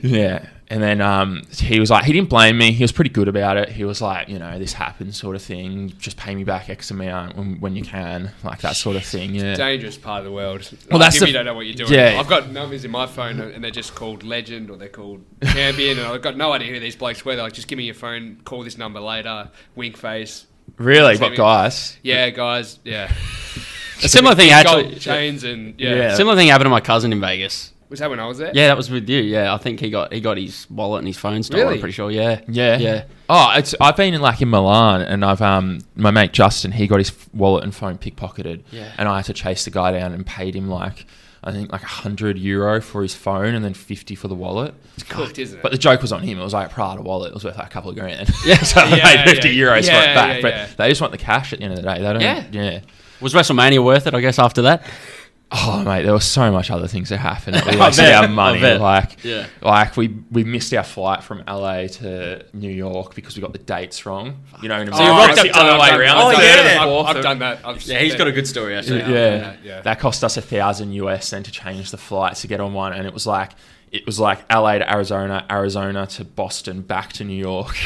Speaker 4: Yeah. And then um, he was like, he didn't blame me. He was pretty good about it. He was like, you know, this happened, sort of thing. Just pay me back X amount when, when you can, like that sort of thing. Yeah.
Speaker 1: dangerous part of the world.
Speaker 4: Well,
Speaker 1: Well, that's
Speaker 4: that's
Speaker 1: if
Speaker 4: the-
Speaker 1: you don't know what you're doing.
Speaker 4: yeah.
Speaker 1: I've got numbers in my phone, and they're just called legend or they're called champion, and I've got no idea who these blokes were. They're like, just give me your phone, call this number later, wink face.
Speaker 4: Really? What
Speaker 1: Saving-
Speaker 4: guys?
Speaker 1: Yeah, guys. Yeah,
Speaker 2: A similar thing
Speaker 1: gold
Speaker 2: actually.
Speaker 1: chains and yeah.
Speaker 4: Yeah.
Speaker 2: Similar thing happened to my cousin in Vegas.
Speaker 1: Was that when I was there?
Speaker 2: Yeah, that was with you. Yeah, I think he got he got his wallet and his phone stolen.
Speaker 1: Really?
Speaker 2: I'm pretty sure. Yeah.
Speaker 4: Yeah.
Speaker 2: Yeah.
Speaker 4: Oh, it's I've been in like in Milan, and I've um my mate Justin, he got his f- wallet and phone pickpocketed,
Speaker 2: Yeah.
Speaker 4: and I had to chase the guy down and paid him like I think like hundred euro for his phone and then fifty for the wallet.
Speaker 1: it's cooked, isn't it?
Speaker 4: But the joke was on him. It was like a Prada wallet. It was worth like a couple of grand.
Speaker 2: Yeah.
Speaker 4: so I
Speaker 1: Yeah,
Speaker 4: paid fifty
Speaker 1: yeah.
Speaker 4: euros for
Speaker 1: Yeah,
Speaker 4: it back.
Speaker 1: yeah,
Speaker 4: but
Speaker 1: yeah.
Speaker 4: they just want the cash at the end of the day. They don't.
Speaker 2: Yeah.
Speaker 4: yeah.
Speaker 2: Was WrestleMania worth it? I guess after that.
Speaker 4: Oh mate, there was so much other things that happened. That we
Speaker 2: I
Speaker 4: wasted
Speaker 2: bet,
Speaker 4: our
Speaker 2: I
Speaker 4: money,
Speaker 2: bet.
Speaker 4: like
Speaker 2: Yeah.
Speaker 4: like we we missed our flight from LA to New York because we got the dates wrong. You know, what I mean?
Speaker 2: So you
Speaker 4: Oh,
Speaker 2: rocked
Speaker 4: it's
Speaker 2: up
Speaker 4: the other
Speaker 2: to-
Speaker 4: way
Speaker 2: I've
Speaker 4: around.
Speaker 2: done-
Speaker 4: It's
Speaker 2: oh,
Speaker 4: the
Speaker 2: yeah.
Speaker 4: third and
Speaker 1: I've,
Speaker 4: fourth
Speaker 1: I've
Speaker 4: and-
Speaker 1: done that. I've
Speaker 2: good story actually.
Speaker 4: Yeah.
Speaker 1: yeah, yeah.
Speaker 4: that cost us a thousand US then to change the flights to get on one, and it was like. It was like LA to Arizona, Arizona to Boston, back to New York.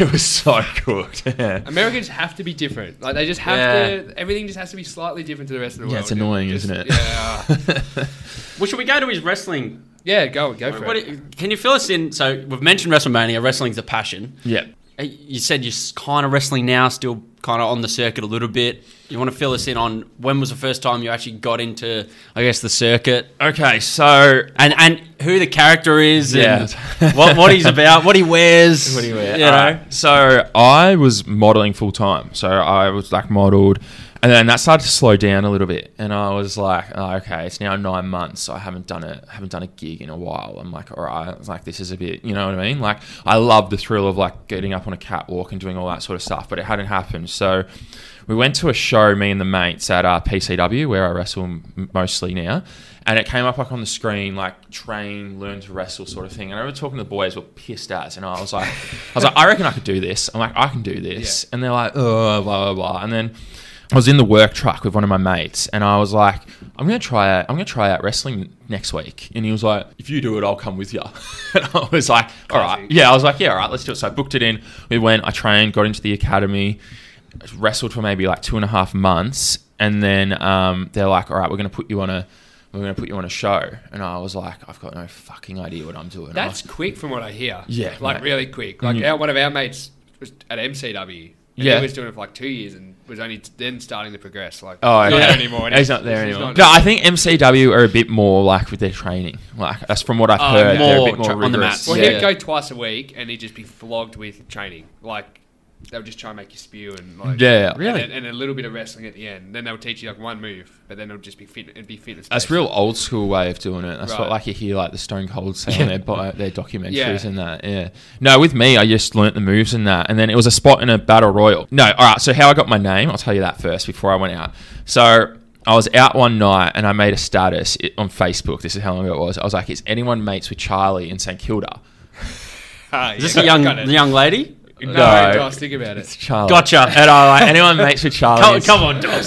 Speaker 4: It was so good. Yeah.
Speaker 1: Americans have to be different. Like they just have
Speaker 2: Yeah.
Speaker 1: to. Everything just has to be slightly different to the rest of the
Speaker 4: Yeah,
Speaker 1: world.
Speaker 4: it's annoying, isn't it?
Speaker 1: Yeah.
Speaker 2: Well, should we go to his wrestling?
Speaker 1: yeah. Go go for
Speaker 2: What,
Speaker 1: it.
Speaker 2: can you fill us in? So we've mentioned WrestleMania. Wrestling's a passion.
Speaker 4: yeah.
Speaker 2: Uh, You said you're kind of wrestling now, still kind of on the circuit a little bit. You want to fill us in on when was the first time you actually got into, I guess, the circuit,
Speaker 4: Okay, so
Speaker 2: and and who the character is,
Speaker 4: Yeah.
Speaker 2: and what what he's about, what he wears,
Speaker 4: What do you wear?
Speaker 2: you know.
Speaker 4: Alright, Uh, So I was modeling full time. So I was like modeled. And then that started to slow down a little bit. And I was like, oh, okay, it's now nine months. I haven't done it. haven't done a gig in a while. I'm like, all right, it's like this is a bit, you know what I mean? Like I love the thrill of like getting up on a catwalk and doing all that sort of stuff, but it hadn't happened. So we went to a show, me and the mates at uh, PCW, where I wrestle m- mostly now, and it came up like on the screen, like train, learn to wrestle, sort of thing. And I remember talking to the boys, were pissed as, and I was like, I was like, I reckon I could do this. I'm like, I can do this, and they're like, oh, blah blah blah. And then I was in the work truck with one of my mates, and I was like, I'm gonna try out, I'm gonna try out wrestling next week. And he was like, If you do it, I'll come with you. and I was like, All right, yeah. I was like, Yeah, all right, let's do it. So I booked it in. We went. I trained, got into the academy wrestled for maybe like two and a half months, and then um, they're like, "All right, we're going to put you on a, we're going to put you on a show," and I was like, "I've got no fucking idea what I'm doing."
Speaker 1: That's quick from what I hear.
Speaker 4: Yeah,
Speaker 1: Like
Speaker 4: mate.
Speaker 1: really quick. Like
Speaker 4: Mm.
Speaker 1: our, one of our mates was at MCW. And
Speaker 4: Yeah.
Speaker 1: He was doing it for like two years and was only t- then starting to progress. Like,
Speaker 4: I was, oh,
Speaker 1: not
Speaker 4: okay.
Speaker 1: anymore.
Speaker 4: He's not there anymore.
Speaker 1: not-
Speaker 4: no, I think MCW are a bit more like with their training. Like that's from what I've
Speaker 2: Oh,
Speaker 4: heard. they're a
Speaker 2: more
Speaker 4: bit more
Speaker 2: tra- on the
Speaker 4: rigorous.
Speaker 2: mats.
Speaker 1: well,
Speaker 4: yeah.
Speaker 1: he'd go twice a week and he'd just be flogged with training. Like, they would just try and make you spew and like.
Speaker 4: Yeah.
Speaker 1: and
Speaker 2: Really?
Speaker 1: then- And, a little bit of wrestling at the end. Then they would teach you like one move, but then it would just be fit. It'd be fitness.
Speaker 4: That's real old school way of doing it. That's what
Speaker 1: Right.
Speaker 4: like you hear like the Stone Cold say on their bio, their documentaries
Speaker 1: Yeah.
Speaker 4: and that. Yeah. No, with me, I just learnt the moves and that, and then it was a spot in a battle royal. No, all right. So how I got my name, I'll tell you that first before I went out. So. I was out one night and I made a status i- on Facebook. This is how long ago it was. I was like, "Is anyone mates with Charlie in St Kilda?"
Speaker 1: Ah, yeah,
Speaker 2: Is this a young
Speaker 1: got it.
Speaker 2: young lady?
Speaker 1: No,
Speaker 4: No.
Speaker 1: Josh, think about
Speaker 4: It's
Speaker 1: it.
Speaker 4: Charlie.
Speaker 2: Gotcha.
Speaker 4: And I was like, "Anyone mates with Charlie?" in
Speaker 2: Come, come on, Dos.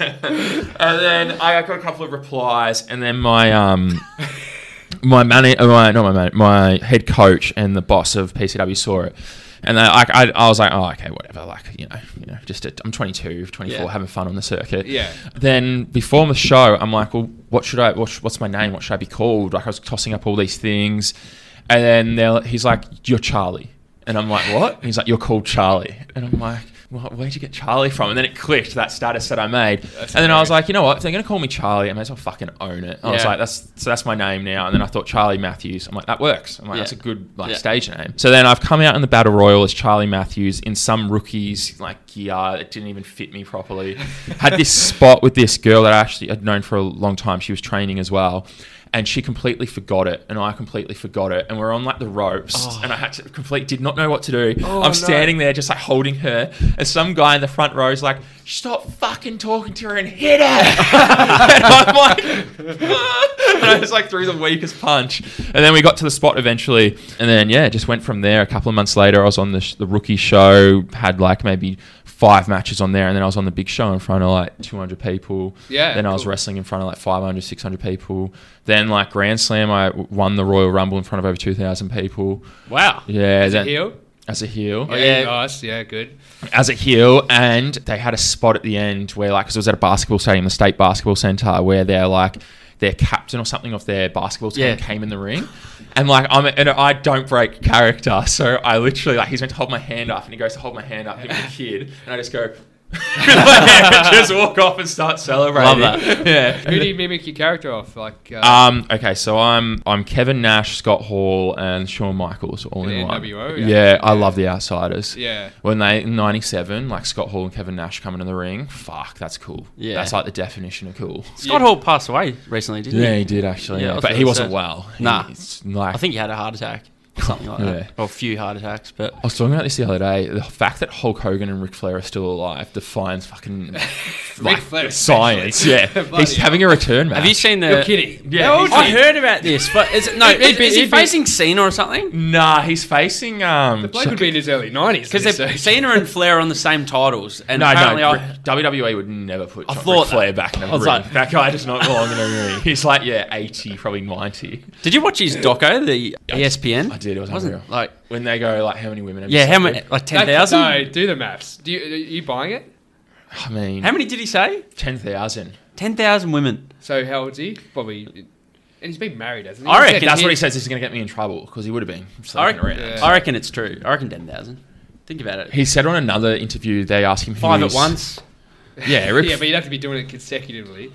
Speaker 4: and then I got a couple of replies, and then my um, my man, uh, my not my man, my head coach and the boss of PCW saw it, and then I, I, I was like, oh, okay, whatever, like you know, you know, just a, I'm 22, 24,
Speaker 2: Yeah.
Speaker 4: having fun on the circuit.
Speaker 1: Yeah.
Speaker 4: Then before the show, I'm like, well, what should I, what sh- what's my name? What should I be called? Like I was tossing up all these things, and then they're- he's like, you're Charlie. And I'm like, what? And he's like, you're called Charlie. And I'm like, well, where'd you get Charlie from? And then it clicked that status that I made. and then I was like, you know what? If they're gonna call me Charlie, I may as well fucking own it. I was
Speaker 2: Yeah.
Speaker 4: like, that's so that's my name now. And then I thought Charlie Matthews. I'm like, that works. I'm like,
Speaker 2: Yeah.
Speaker 4: that's a good like
Speaker 2: Yeah.
Speaker 4: stage name. So then I've come out in the battle royal as Charlie Matthews in some rookies like gear that didn't even fit me properly. Had this spot with this girl that I actually had known for a long time. She was training as well. And she completely forgot it, and I completely forgot it, and we're on like the ropes, and I had to complete did not know what to do.
Speaker 1: Oh,
Speaker 4: I'm
Speaker 1: no.
Speaker 4: standing there just like holding her, and some guy in the front row is like, "Stop fucking talking to her and hit her!" and I'm like, and I just like threw the weakest punch. And then we got to the spot eventually. And then, yeah, it just went from there. A couple of months later, I was on the, sh- the rookie show, had like maybe five matches on there. And then I was on the big show in front of like 200 people.
Speaker 1: Yeah,
Speaker 4: Then I was
Speaker 1: cool.
Speaker 4: wrestling in front of like 500, 600 people. Then, like Grand Slam, I w- won the Royal Rumble in front of over 2,000 people.
Speaker 2: Wow.
Speaker 4: Yeah.
Speaker 1: Is it
Speaker 4: then-
Speaker 1: heel? Oh,
Speaker 4: As a heel Oh,
Speaker 1: Yeah,
Speaker 2: yeah.
Speaker 1: nice. Yeah, good.
Speaker 4: as a heel, and they had a spot at the end where, like, because it was at a basketball stadium, the state basketball center, where they're like their captain or something of their basketball team
Speaker 2: Yeah.
Speaker 4: came in the ring, and like I'm and I don't break character, so I literally like he's meant to hold my hand up, and he goes to hold my hand up, him and the kid, and I just go. just walk off and start celebrating.
Speaker 2: Love that.
Speaker 4: Yeah.
Speaker 1: Who do you mimic your character off? Like uh,
Speaker 4: Um, okay, so I'm I'm Kevin Nash, Scott Hall, and Shawn Michaels all
Speaker 1: The
Speaker 4: in one.
Speaker 1: NWO, yeah.
Speaker 4: yeah. I love the Outsiders.
Speaker 1: Yeah.
Speaker 4: when they in '97, like Scott Hall and Kevin Nash coming in the ring, fuck, that's cool.
Speaker 2: Yeah.
Speaker 4: that's like the definition of cool.
Speaker 2: Scott Hall passed away recently, didn't he?
Speaker 4: did actually.
Speaker 2: Yeah, I was
Speaker 4: but
Speaker 2: gonna
Speaker 4: he wasn't
Speaker 2: say.
Speaker 4: well. He-
Speaker 2: Nah.
Speaker 4: it's like,
Speaker 2: I think he had a heart attack, something like
Speaker 4: Yeah.
Speaker 2: that, or a few heart attacks. But
Speaker 4: I was talking about this the other day. The fact that Hulk Hogan and Ric Flair are still alive defines fucking like,
Speaker 1: Flair
Speaker 4: science.
Speaker 1: especially.
Speaker 4: Yeah,
Speaker 1: Bloody
Speaker 4: he's having a return match.
Speaker 2: have you seen the?
Speaker 1: You're kidding.
Speaker 4: Yeah,
Speaker 1: How old
Speaker 4: he's-
Speaker 1: are
Speaker 2: I
Speaker 1: you?
Speaker 2: heard about this, but is it, no?
Speaker 1: It'd be-
Speaker 2: is, is he
Speaker 1: it'd be-
Speaker 2: facing Cena or something?
Speaker 4: Nah, he's facing um.
Speaker 1: The bloke would be in his early 90s.
Speaker 2: Because
Speaker 1: so-
Speaker 2: Cena and Flair are on the same titles, and
Speaker 4: No,
Speaker 2: apparently
Speaker 4: no.
Speaker 2: I,
Speaker 4: Ric- WWE E would never put
Speaker 2: I
Speaker 4: Ric
Speaker 2: thought that.
Speaker 4: Flair back in a
Speaker 2: I was
Speaker 4: ring.
Speaker 2: like-
Speaker 4: that guy does not belong in a ring. He's like, yeah, eighty, probably ninety.
Speaker 2: did you watch his doco, the E ESPN?
Speaker 4: I did, it was unreal.
Speaker 2: like
Speaker 4: When they go like, how many women? Have
Speaker 2: yeah,
Speaker 4: you
Speaker 2: how
Speaker 4: slept
Speaker 2: many?
Speaker 4: with?
Speaker 2: Like ten
Speaker 1: That-
Speaker 2: thousand?
Speaker 1: No, do the maths. Do you, are you buying it?
Speaker 4: I mean,
Speaker 2: How many did he say?
Speaker 4: ten thousand.
Speaker 2: Ten thousand women.
Speaker 1: So how old's he? Probably. And he's been married, hasn't he?
Speaker 2: I
Speaker 1: He
Speaker 2: reckon
Speaker 1: said
Speaker 4: That's what he
Speaker 1: he's-
Speaker 4: says. This is going to get me in trouble because he would have been
Speaker 2: I
Speaker 4: sleeping
Speaker 2: reckon,
Speaker 4: around.
Speaker 1: Yeah.
Speaker 2: I reckon it's true. I reckon ten thousand. Think about it.
Speaker 4: He said on another interview, they asked him who
Speaker 2: Five at
Speaker 4: his-
Speaker 2: once.
Speaker 4: Yeah, Ric
Speaker 1: Yeah, but you'd have to be doing it consecutively.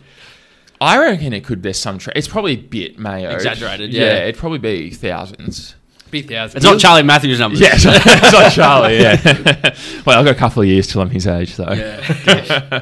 Speaker 4: I reckon it could. There's some. Tra- it's probably a bit mayo.
Speaker 2: Exaggerated,
Speaker 4: Yeah.
Speaker 2: yeah.
Speaker 4: it'd probably be thousands.
Speaker 1: Be thousands.
Speaker 2: It's not Charlie Matthews' numbers.
Speaker 4: Yeah, it's not- it's not Charlie. Yeah. well, I've got a couple of years till I'm his age, though.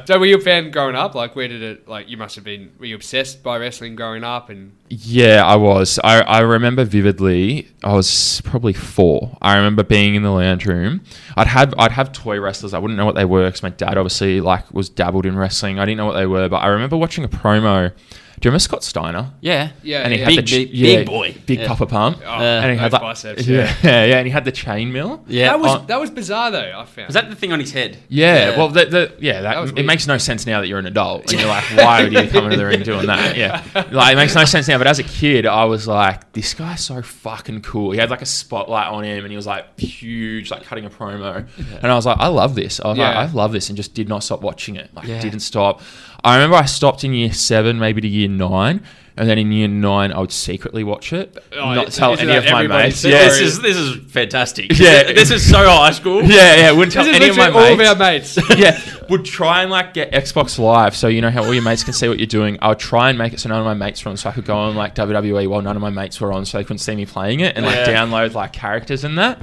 Speaker 1: So were you a fan growing up? Like, where did it? Like, you must have been. Were you obsessed by wrestling growing up? And
Speaker 4: Yeah, I was. I, I remember vividly. I was probably four. I remember being in the lounge room. I'd have I'd have toy wrestlers. I wouldn't know what they were because my dad obviously like was dabbled in wrestling. I didn't know what they were, but I remember watching a promo. Do you remember Scott Steiner?
Speaker 2: yeah,
Speaker 1: yeah,
Speaker 4: and he
Speaker 1: yeah.
Speaker 2: Big-
Speaker 4: had the ch-
Speaker 2: big-
Speaker 4: yeah,
Speaker 2: big boy.
Speaker 4: big
Speaker 2: Yeah.
Speaker 4: copper pump.
Speaker 2: Uh,
Speaker 1: Oh,
Speaker 4: and he had
Speaker 1: those
Speaker 4: like,
Speaker 1: biceps,
Speaker 4: yeah,
Speaker 1: yeah.
Speaker 4: yeah, yeah, and he had the chain mill.
Speaker 2: yeah.
Speaker 1: that was
Speaker 4: on-
Speaker 1: that was bizarre though. I found.
Speaker 2: was that the thing on his head?
Speaker 4: Yeah, well, the, the, yeah, that,
Speaker 1: That was
Speaker 4: it
Speaker 1: weird.
Speaker 4: makes no sense now that you're an adult and you're like, why would you come into the ring doing that? Yeah, like it makes no sense now. But as a kid, I was like, this guy's so fucking cool. He had like a spotlight on him, and he was like huge, like cutting a promo, and I was like, I love this. I was
Speaker 1: Yeah.
Speaker 4: like, I love this, and just did not stop watching it. Like,
Speaker 2: Yeah.
Speaker 4: didn't stop. I remember I stopped in year seven, maybe to year nine. And then in year nine, I would secretly watch it,
Speaker 1: Oh,
Speaker 4: not
Speaker 1: is-
Speaker 4: tell
Speaker 1: is it
Speaker 4: any
Speaker 1: like
Speaker 4: of my
Speaker 1: everybody
Speaker 4: mates.
Speaker 1: secretly?
Speaker 4: Yeah,
Speaker 2: This is this is fantastic.
Speaker 4: Yeah.
Speaker 2: this is so high school.
Speaker 4: yeah, yeah. Wouldn't tell
Speaker 1: This is
Speaker 4: any of my
Speaker 1: literally
Speaker 4: mates
Speaker 1: all of our mates.
Speaker 4: yeah, would try and like get Xbox Live so you know how all your mates can see what you're doing. I would try and make it so none of my mates were on, so I could go on like WWE while none of my mates were on, so they couldn't see me playing it and like
Speaker 2: Yeah.
Speaker 4: download like characters and that.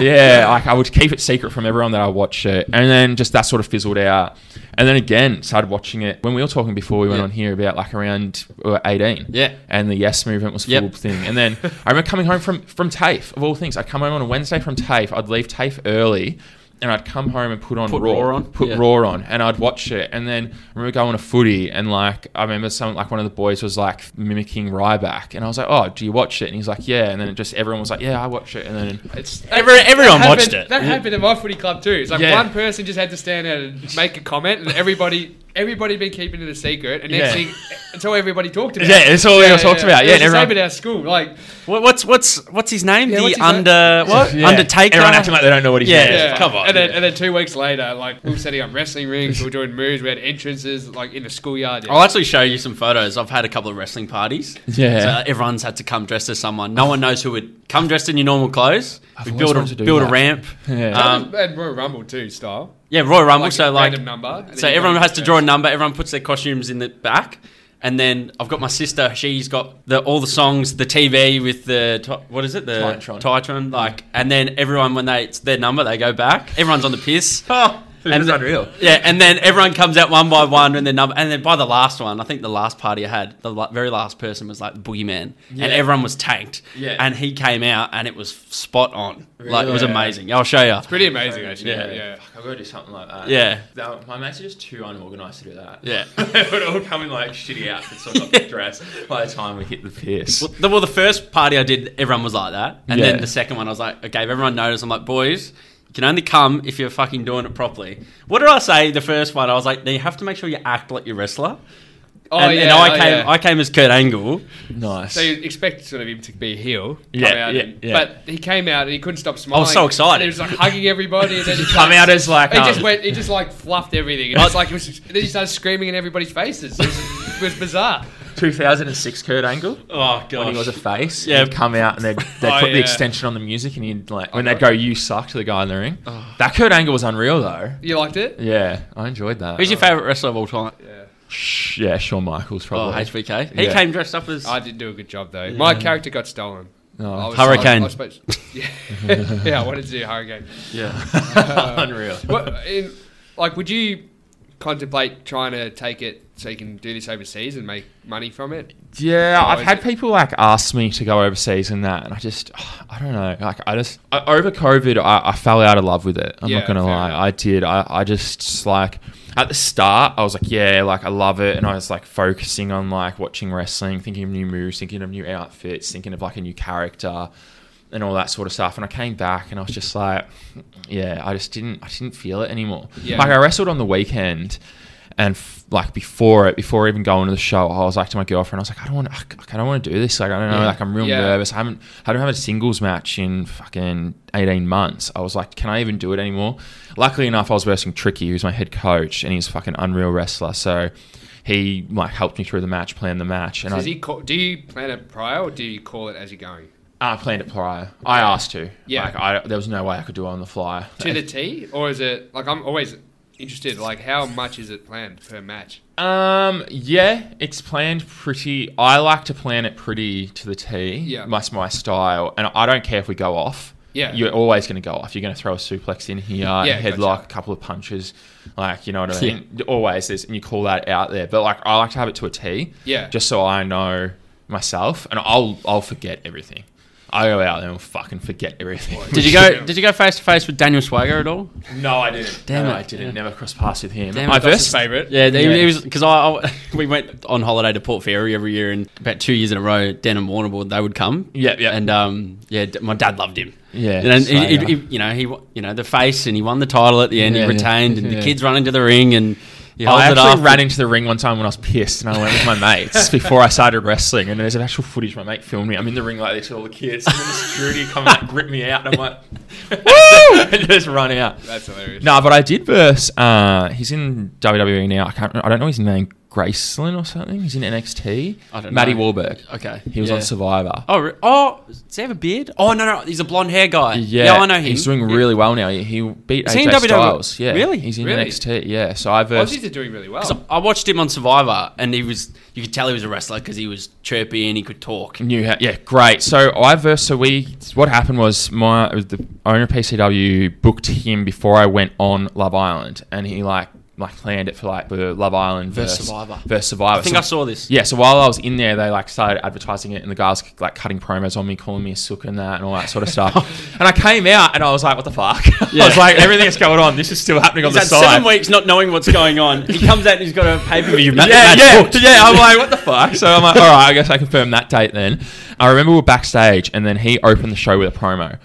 Speaker 4: yeah, like I would keep it secret from everyone that I watched it, and then just that sort of fizzled out. And then again, started watching it when we were talking before we went
Speaker 2: Yeah.
Speaker 4: on here about like around we were 18.
Speaker 2: Yeah.
Speaker 4: and the Yes movement was full
Speaker 2: Yep.
Speaker 4: thing. And then I remember coming home from from TAFE of all things. I'd come home on a Wednesday from TAFE. I'd leave TAFE early. And I'd come home and put on
Speaker 2: Put
Speaker 4: Raw,
Speaker 2: Raw on?
Speaker 4: put
Speaker 2: Yeah.
Speaker 4: Raw Raw on and I'd watch it and then I remember going to footy and like I remember some like one of the boys was like mimicking Ryback and I was like oh do you watch it and he's like yeah and then it just everyone was like yeah I watch it and then
Speaker 1: It's,
Speaker 2: Every- everyone
Speaker 1: happened-
Speaker 2: watched it.
Speaker 1: That happened in my footy club too. It's like
Speaker 4: Yeah.
Speaker 1: one person just had to stand out and make a comment, and everybody everybody been keeping it a secret. And next
Speaker 4: Yeah.
Speaker 1: thing, it's all everybody talked about.
Speaker 4: Yeah, it's all we all talked about.
Speaker 1: it was
Speaker 4: Yeah, and
Speaker 1: the same
Speaker 4: everyone-
Speaker 1: at our school. Like
Speaker 2: What, what's what's what's his name?
Speaker 1: Yeah,
Speaker 2: the
Speaker 1: what's his
Speaker 2: under what
Speaker 4: Yeah.
Speaker 2: Undertaker.
Speaker 4: everyone acting like they don't know what he's
Speaker 2: Yeah.
Speaker 4: doing.
Speaker 1: yeah,
Speaker 2: come on,
Speaker 1: And then,
Speaker 4: yeah.
Speaker 1: and then two weeks later, like we were setting up wrestling rings, we were doing moves, we had entrances like in the schoolyard. Yeah.
Speaker 2: I'll actually show you some photos. I've had a couple of wrestling parties.
Speaker 4: Yeah.
Speaker 2: So everyone's had to come dressed as someone. No one knows who it come dressed in your normal clothes.
Speaker 4: I've
Speaker 2: We
Speaker 4: always
Speaker 2: build a
Speaker 4: wanted to do
Speaker 2: build a
Speaker 4: that.
Speaker 2: ramp.
Speaker 4: Yeah. Uh,
Speaker 2: Um,
Speaker 1: and Royal Rumble too style.
Speaker 2: yeah, Royal Rumble. so
Speaker 1: a
Speaker 2: like,
Speaker 1: random number. and
Speaker 2: so
Speaker 1: then you
Speaker 2: everyone
Speaker 1: go
Speaker 2: has to draw a number. Everyone puts their costumes in the back, and then I've got my sister. She's got the all the songs, the TV with the ti- what is it, the
Speaker 4: Titantron.
Speaker 2: Titantron, like, and then everyone when they it's their number, they go back. Everyone's on the piss.
Speaker 3: Oh,
Speaker 2: And- Yeah, and then everyone comes out one by one, and then number, and then by the last one, I think the last party I had, the la- very last person was like the boogeyman,
Speaker 4: Yeah.
Speaker 2: and everyone was tanked.
Speaker 4: Yeah.
Speaker 2: and he came out, and it was spot on. Like it was
Speaker 4: Really?
Speaker 2: amazing. I'll show you.
Speaker 1: Pretty amazing actually.
Speaker 2: Yeah.
Speaker 1: Yeah. yeah.
Speaker 4: Fuck, I've got to do something like that.
Speaker 2: Yeah.
Speaker 4: That- my mates are just too unorganised to do that.
Speaker 2: Yeah.
Speaker 4: it would all come in like shitty outfits or not dress by the time we hit the piss.
Speaker 2: Well the, well, the first party I did, everyone was like that, and then
Speaker 4: Yeah.
Speaker 2: the second one, I was like, I gave everyone notice. I'm like, boys. You can only come if you're fucking doing it properly. What did I say? The first one, I was like, "No, you have to make sure you act like your wrestler."
Speaker 1: Oh
Speaker 2: and,
Speaker 1: yeah.
Speaker 2: and I
Speaker 1: oh,
Speaker 2: came,
Speaker 1: yeah.
Speaker 2: I came as Kurt Angle.
Speaker 4: Nice.
Speaker 1: So you expect sort of him to be a heel. come
Speaker 4: Yeah,
Speaker 1: out
Speaker 4: yeah,
Speaker 1: and-
Speaker 4: yeah.
Speaker 1: But he came out and he couldn't stop smiling.
Speaker 2: so excited.
Speaker 1: And he was like hugging everybody. And then he
Speaker 4: come out as like
Speaker 1: He just
Speaker 4: um,
Speaker 1: went. He just like fluffed everything. And it's like it was, and then he started screaming in everybody's faces. It was, it was bizarre.
Speaker 4: 2006 Kurt Angle
Speaker 2: Oh god,
Speaker 4: when he was a face.
Speaker 2: Yeah.
Speaker 4: Yeah, he'd come out and they'd, they'd
Speaker 1: Oh,
Speaker 4: put the
Speaker 1: yeah.
Speaker 4: extension on the music and he'd like when they'd go "You suck" to the guy in the ring.
Speaker 1: Oh.
Speaker 4: That Kurt Angle was unreal though.
Speaker 1: You liked it?
Speaker 4: Yeah, I enjoyed that. Oh,
Speaker 2: Who's your favorite wrestler of all time?
Speaker 1: Yeah.
Speaker 4: Sh- yeah, Shawn Michaels
Speaker 2: Oh,
Speaker 4: probably.
Speaker 2: HBK. He
Speaker 4: Yeah. Oh,
Speaker 2: came dressed up as.
Speaker 1: I didn't do a good job though. My character got stolen. I
Speaker 4: No.
Speaker 1: was-
Speaker 2: Hurricane.
Speaker 1: I was supposed- yeah. yeah, I wanted to do hurricane.
Speaker 2: yeah.
Speaker 4: unreal.
Speaker 1: What, in, like, would you contemplate trying to take it so you can do this overseas and make money from it?
Speaker 4: Yeah,
Speaker 1: Oh,
Speaker 4: I've
Speaker 1: is
Speaker 4: had
Speaker 1: it-
Speaker 4: people like ask me to go overseas and that, and I just, I don't know. Like, I just, I, over COVID, I, I fell out of love with it. I'm
Speaker 1: Yeah,
Speaker 4: not going to
Speaker 1: fair
Speaker 4: lie.
Speaker 1: enough.
Speaker 4: I did. I, I just, like, at the start, I was like, yeah, like, I love it. And I was like focusing on like watching wrestling, thinking of new moves, thinking of new outfits, thinking of like a new character and all that sort of stuff. And I came back and I was just like, yeah, I just didn't, I didn't feel it anymore.
Speaker 1: Yeah.
Speaker 4: Like, I wrestled on the weekend and f- like before it, before even going to the show, I was like to my girlfriend, I was like, I don't want, I, I don't want to do this. Like, I don't know,
Speaker 2: Yeah.
Speaker 4: like I'm real
Speaker 1: Yeah.
Speaker 4: nervous. I haven't, I don't have a singles match in fucking 18 months. I was like, can I even do it anymore? Luckily enough, I was versing Tricky, who's my head coach, and he's a fucking unreal wrestler. So he like helped me through the match, planned the match, and
Speaker 1: Does
Speaker 4: I,
Speaker 1: he call, do you plan it prior or do you call it as you're going?
Speaker 4: I Ah, planned it prior. I asked to.
Speaker 1: Yeah.
Speaker 4: Like, I, there was no way I could do it on the fly.
Speaker 1: To the T? Or is it, like, I'm always interested, like, how much is it planned per match?
Speaker 4: Um, yeah, it's planned pretty. I like to plan it pretty to the T.
Speaker 1: Yeah.
Speaker 4: that's my style, and I don't care if we go off.
Speaker 1: Yeah.
Speaker 4: you're always going to go off. You're going to throw a suplex in here, a
Speaker 1: Yeah,
Speaker 4: headlock,
Speaker 1: gotcha.
Speaker 4: a couple of punches, like you know what I mean. Always, there's, and you call that out there. But like, I like to have it to a T.
Speaker 1: Yeah.
Speaker 4: just so I know myself, and I'll I'll forget everything. I go out there and fucking forget everything.
Speaker 2: Did you go? Did you go face to face with Daniel Swager at all?
Speaker 4: No, I didn't.
Speaker 2: Damn
Speaker 4: No,
Speaker 2: it.
Speaker 4: I didn't.
Speaker 2: Yeah.
Speaker 4: Never crossed paths with him.
Speaker 2: Damn it,
Speaker 4: I
Speaker 2: that's
Speaker 4: versed
Speaker 2: his
Speaker 1: Favourite?
Speaker 2: Yeah, they,
Speaker 4: Yeah.
Speaker 2: it was because I, I we went on holiday to Port Fairy every year, and about two years in a row, Dan and Warner Board they would come.
Speaker 4: Yeah, yeah.
Speaker 2: and um, yeah, d- my dad loved him.
Speaker 4: Yeah,
Speaker 2: and then he,
Speaker 4: Swager.
Speaker 2: he, he- you know he wa- you know the face, and he won the title at the end.
Speaker 4: Yeah,
Speaker 2: he
Speaker 4: yeah.
Speaker 2: retained, and
Speaker 4: Yeah.
Speaker 2: the kids run into the ring, and he holds
Speaker 4: I
Speaker 2: it
Speaker 4: actually
Speaker 2: up.
Speaker 4: ran into the ring one time when I was pissed, and I went with my mates before I started wrestling. And there's actual footage my mate filmed me. I'm in the ring like this with all the kids, and then the security come and like, grip me out, and I'm like, woo, and just run out.
Speaker 1: That's hilarious.
Speaker 4: No, but I did verse. Uh, he's in WWE now. I can't. I don't know his name. Graceland or something. He's in NXT.
Speaker 2: I don't
Speaker 4: Matty
Speaker 2: know.
Speaker 4: Wahlberg.
Speaker 2: okay,
Speaker 4: He was
Speaker 2: yeah.
Speaker 4: on Survivor.
Speaker 2: Oh, re- oh, does he have a beard? Oh no, no, he's a blonde hair guy.
Speaker 4: Yeah,
Speaker 2: I know him.
Speaker 4: He's doing
Speaker 2: Yeah.
Speaker 4: really well now. He, he beat
Speaker 2: Is
Speaker 4: AJ
Speaker 2: he in WWE?
Speaker 4: Styles. Yeah,
Speaker 2: Really?
Speaker 4: He's in
Speaker 1: Really?
Speaker 4: NXT. Yeah. So I versed.
Speaker 1: Aussies are doing really well.
Speaker 2: 'Cause I watched him on Survivor, and he was—you could tell he was a wrestler because he was chirpy and he could talk.
Speaker 4: New ha- yeah, great. So I versed. So we, what happened was my the owner of PCW booked him before I went on Love Island, and he like like planned it for like the Love Island
Speaker 2: Versus
Speaker 4: versus,
Speaker 2: Survivor.
Speaker 4: versus Survivor.
Speaker 2: I think
Speaker 4: So-
Speaker 2: I saw this.
Speaker 4: Yeah, so while I was in there, they like started advertising it, and the guys like cutting promos on me, calling me a sook and that, and all that sort of stuff. and I came out, and I was like, "What the fuck?"
Speaker 2: Yeah.
Speaker 4: I was like, "Everything that's going on, this is still happening on
Speaker 2: He's
Speaker 4: the
Speaker 2: had
Speaker 4: side."
Speaker 2: seven weeks not knowing what's going on. He comes out and he's got a pay per view match.
Speaker 4: yeah,
Speaker 2: match
Speaker 4: yeah,
Speaker 2: booked.
Speaker 4: yeah. I'm like, what the fuck? So I'm like, all right, I guess I confirm that date then. I remember we were backstage, and then he opened the show with a promo,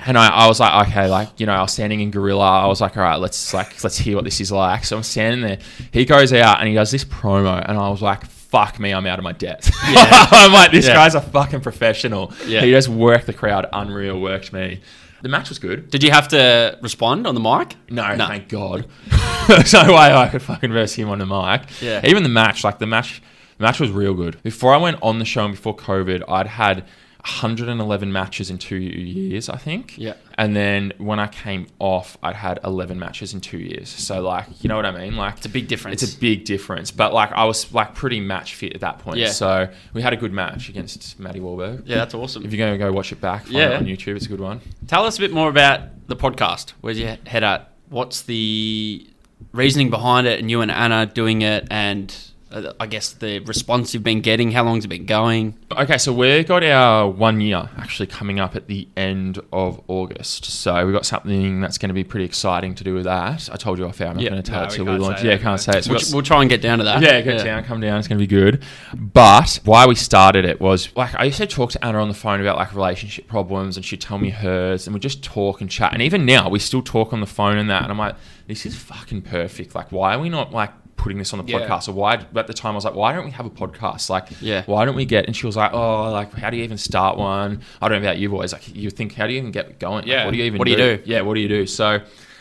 Speaker 4: and I, I was like, okay, like you know, I was standing in gorilla. I was like, all right, let's like let's hear what this is like. So I'm standing there. He goes out and he does this promo, and I was like. Fuck me, I'm out of my depth. I'm like, this
Speaker 2: Yeah.
Speaker 4: guy's a fucking professional.
Speaker 2: Yeah.
Speaker 4: He just worked the crowd, unreal, worked me. The match was good.
Speaker 2: Did you have to respond on the mic?
Speaker 4: No,
Speaker 2: No.
Speaker 4: thank God. There's no way I could fucking verse him on the mic.
Speaker 2: Yeah.
Speaker 4: Even the match, like the match, the match was real good. Before I went on the show and before COVID, I'd had. 111 matches in two years, I think.
Speaker 2: Yeah.
Speaker 4: And then when I came off, I'd had 11 matches in two years. So like, you know what I mean? Like,
Speaker 2: It's a big difference.
Speaker 4: It's a big difference. But like, I was like pretty match fit at that point.
Speaker 2: Yeah.
Speaker 4: So we had a good match against Matty Wahlberg.
Speaker 2: yeah, that's awesome.
Speaker 4: If you're going to go watch it back, find
Speaker 2: Yeah.
Speaker 4: it on YouTube. It's a good one.
Speaker 2: Tell us a bit more about the podcast. Where's your head at? What's the reasoning behind it, and you and Anna doing it, and uh, I guess the response you've been getting. How long's it been going?
Speaker 4: Okay, so we got our one year actually coming up at the end of August. So we got something that's going to be pretty exciting to do with that. I told you off air, I'm not
Speaker 2: Yeah.
Speaker 4: going to
Speaker 3: No,
Speaker 4: tell it
Speaker 3: we
Speaker 4: till we
Speaker 3: can't
Speaker 4: launch.
Speaker 3: say
Speaker 4: Yeah,
Speaker 3: that.
Speaker 4: can't say it. So we
Speaker 2: We'll,
Speaker 4: got
Speaker 2: we'll try and get down to that.
Speaker 4: Yeah, go down, come down. It's going to be good. But why we started it was like I used to talk to Anna on the phone about like relationship problems, and she'd tell me hers, and we would just talk and chat. And even now, we still talk on the phone and that. And I'm like, this is fucking perfect. Like, why are we not like putting this on the
Speaker 1: Yeah.
Speaker 4: podcast? Or why? At the time, I was like, why don't we have a podcast? Like,
Speaker 2: Yeah.
Speaker 4: why don't we get? And she was like, oh, like how do you even start one? I don't know about you boys. Like, you think how do you even get going? Like,
Speaker 1: Yeah.
Speaker 4: what do you even
Speaker 2: What do you do?
Speaker 4: yeah, what do you do? So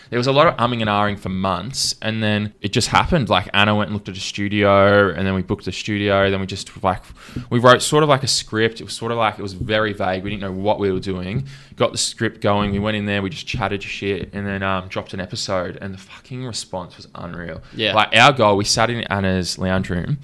Speaker 4: there was a lot of umming and ahhing for months, and then it just happened. Like Anna went and looked at a studio, and then we booked a studio. Then we just like we wrote sort of like a script. It was sort of like it was very vague. We didn't know what we were doing. Got the script going. We went in there. We just chatted shit, and then um, dropped an episode. And the fucking response was unreal.
Speaker 2: Yeah.
Speaker 4: like our goal. We sat in Anna's lounge room.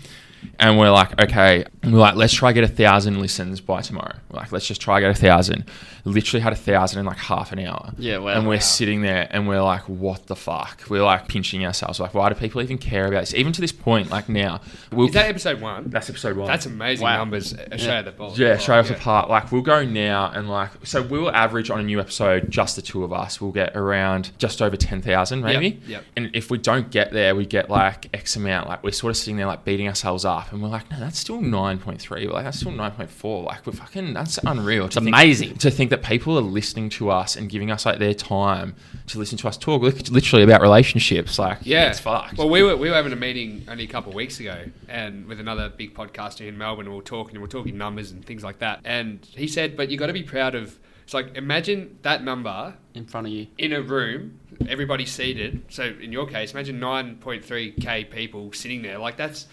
Speaker 4: And we're like, okay, we're like, let's try get a thousand listens by tomorrow. We're like, let's just try get a thousand. Literally had a thousand in like half an hour.
Speaker 2: Yeah, wow.
Speaker 4: And we're
Speaker 2: Wow.
Speaker 4: sitting there and we're like, what the fuck? We're like pinching ourselves. Like, why do people even care about this? Even to this point, like now, we'll,
Speaker 1: Is that episode one?
Speaker 4: that's episode one.
Speaker 1: That's amazing
Speaker 2: Wow.
Speaker 1: numbers. A show of the ball.
Speaker 4: yeah, show us
Speaker 1: oh, Yeah.
Speaker 4: apart. Like we'll go now and like so we'll average on a new episode just the two of us. We'll get around just over ten thousand maybe.
Speaker 1: Yep, yep.
Speaker 4: And if we don't get there, we get like X amount. Like we're sort of sitting there like beating ourselves up, and we're like, no, that's still nine point three. Like that's still nine point four. Like we're fucking that's unreal.
Speaker 2: It's amazing.
Speaker 4: to think that people are listening to us and giving us like their time to listen to us talk lit- literally about relationships. Like
Speaker 1: Yeah,
Speaker 4: it's fucked.
Speaker 1: Well, we were we were having a meeting only a couple of weeks ago, and with another big podcaster in Melbourne, and we were talking, and we were talking numbers and things like that. And he said, "But you got to be proud of." It's like imagine that number
Speaker 2: in front of you.
Speaker 1: in a room, everybody seated. So in your case, imagine 9.3k people sitting there. Like that's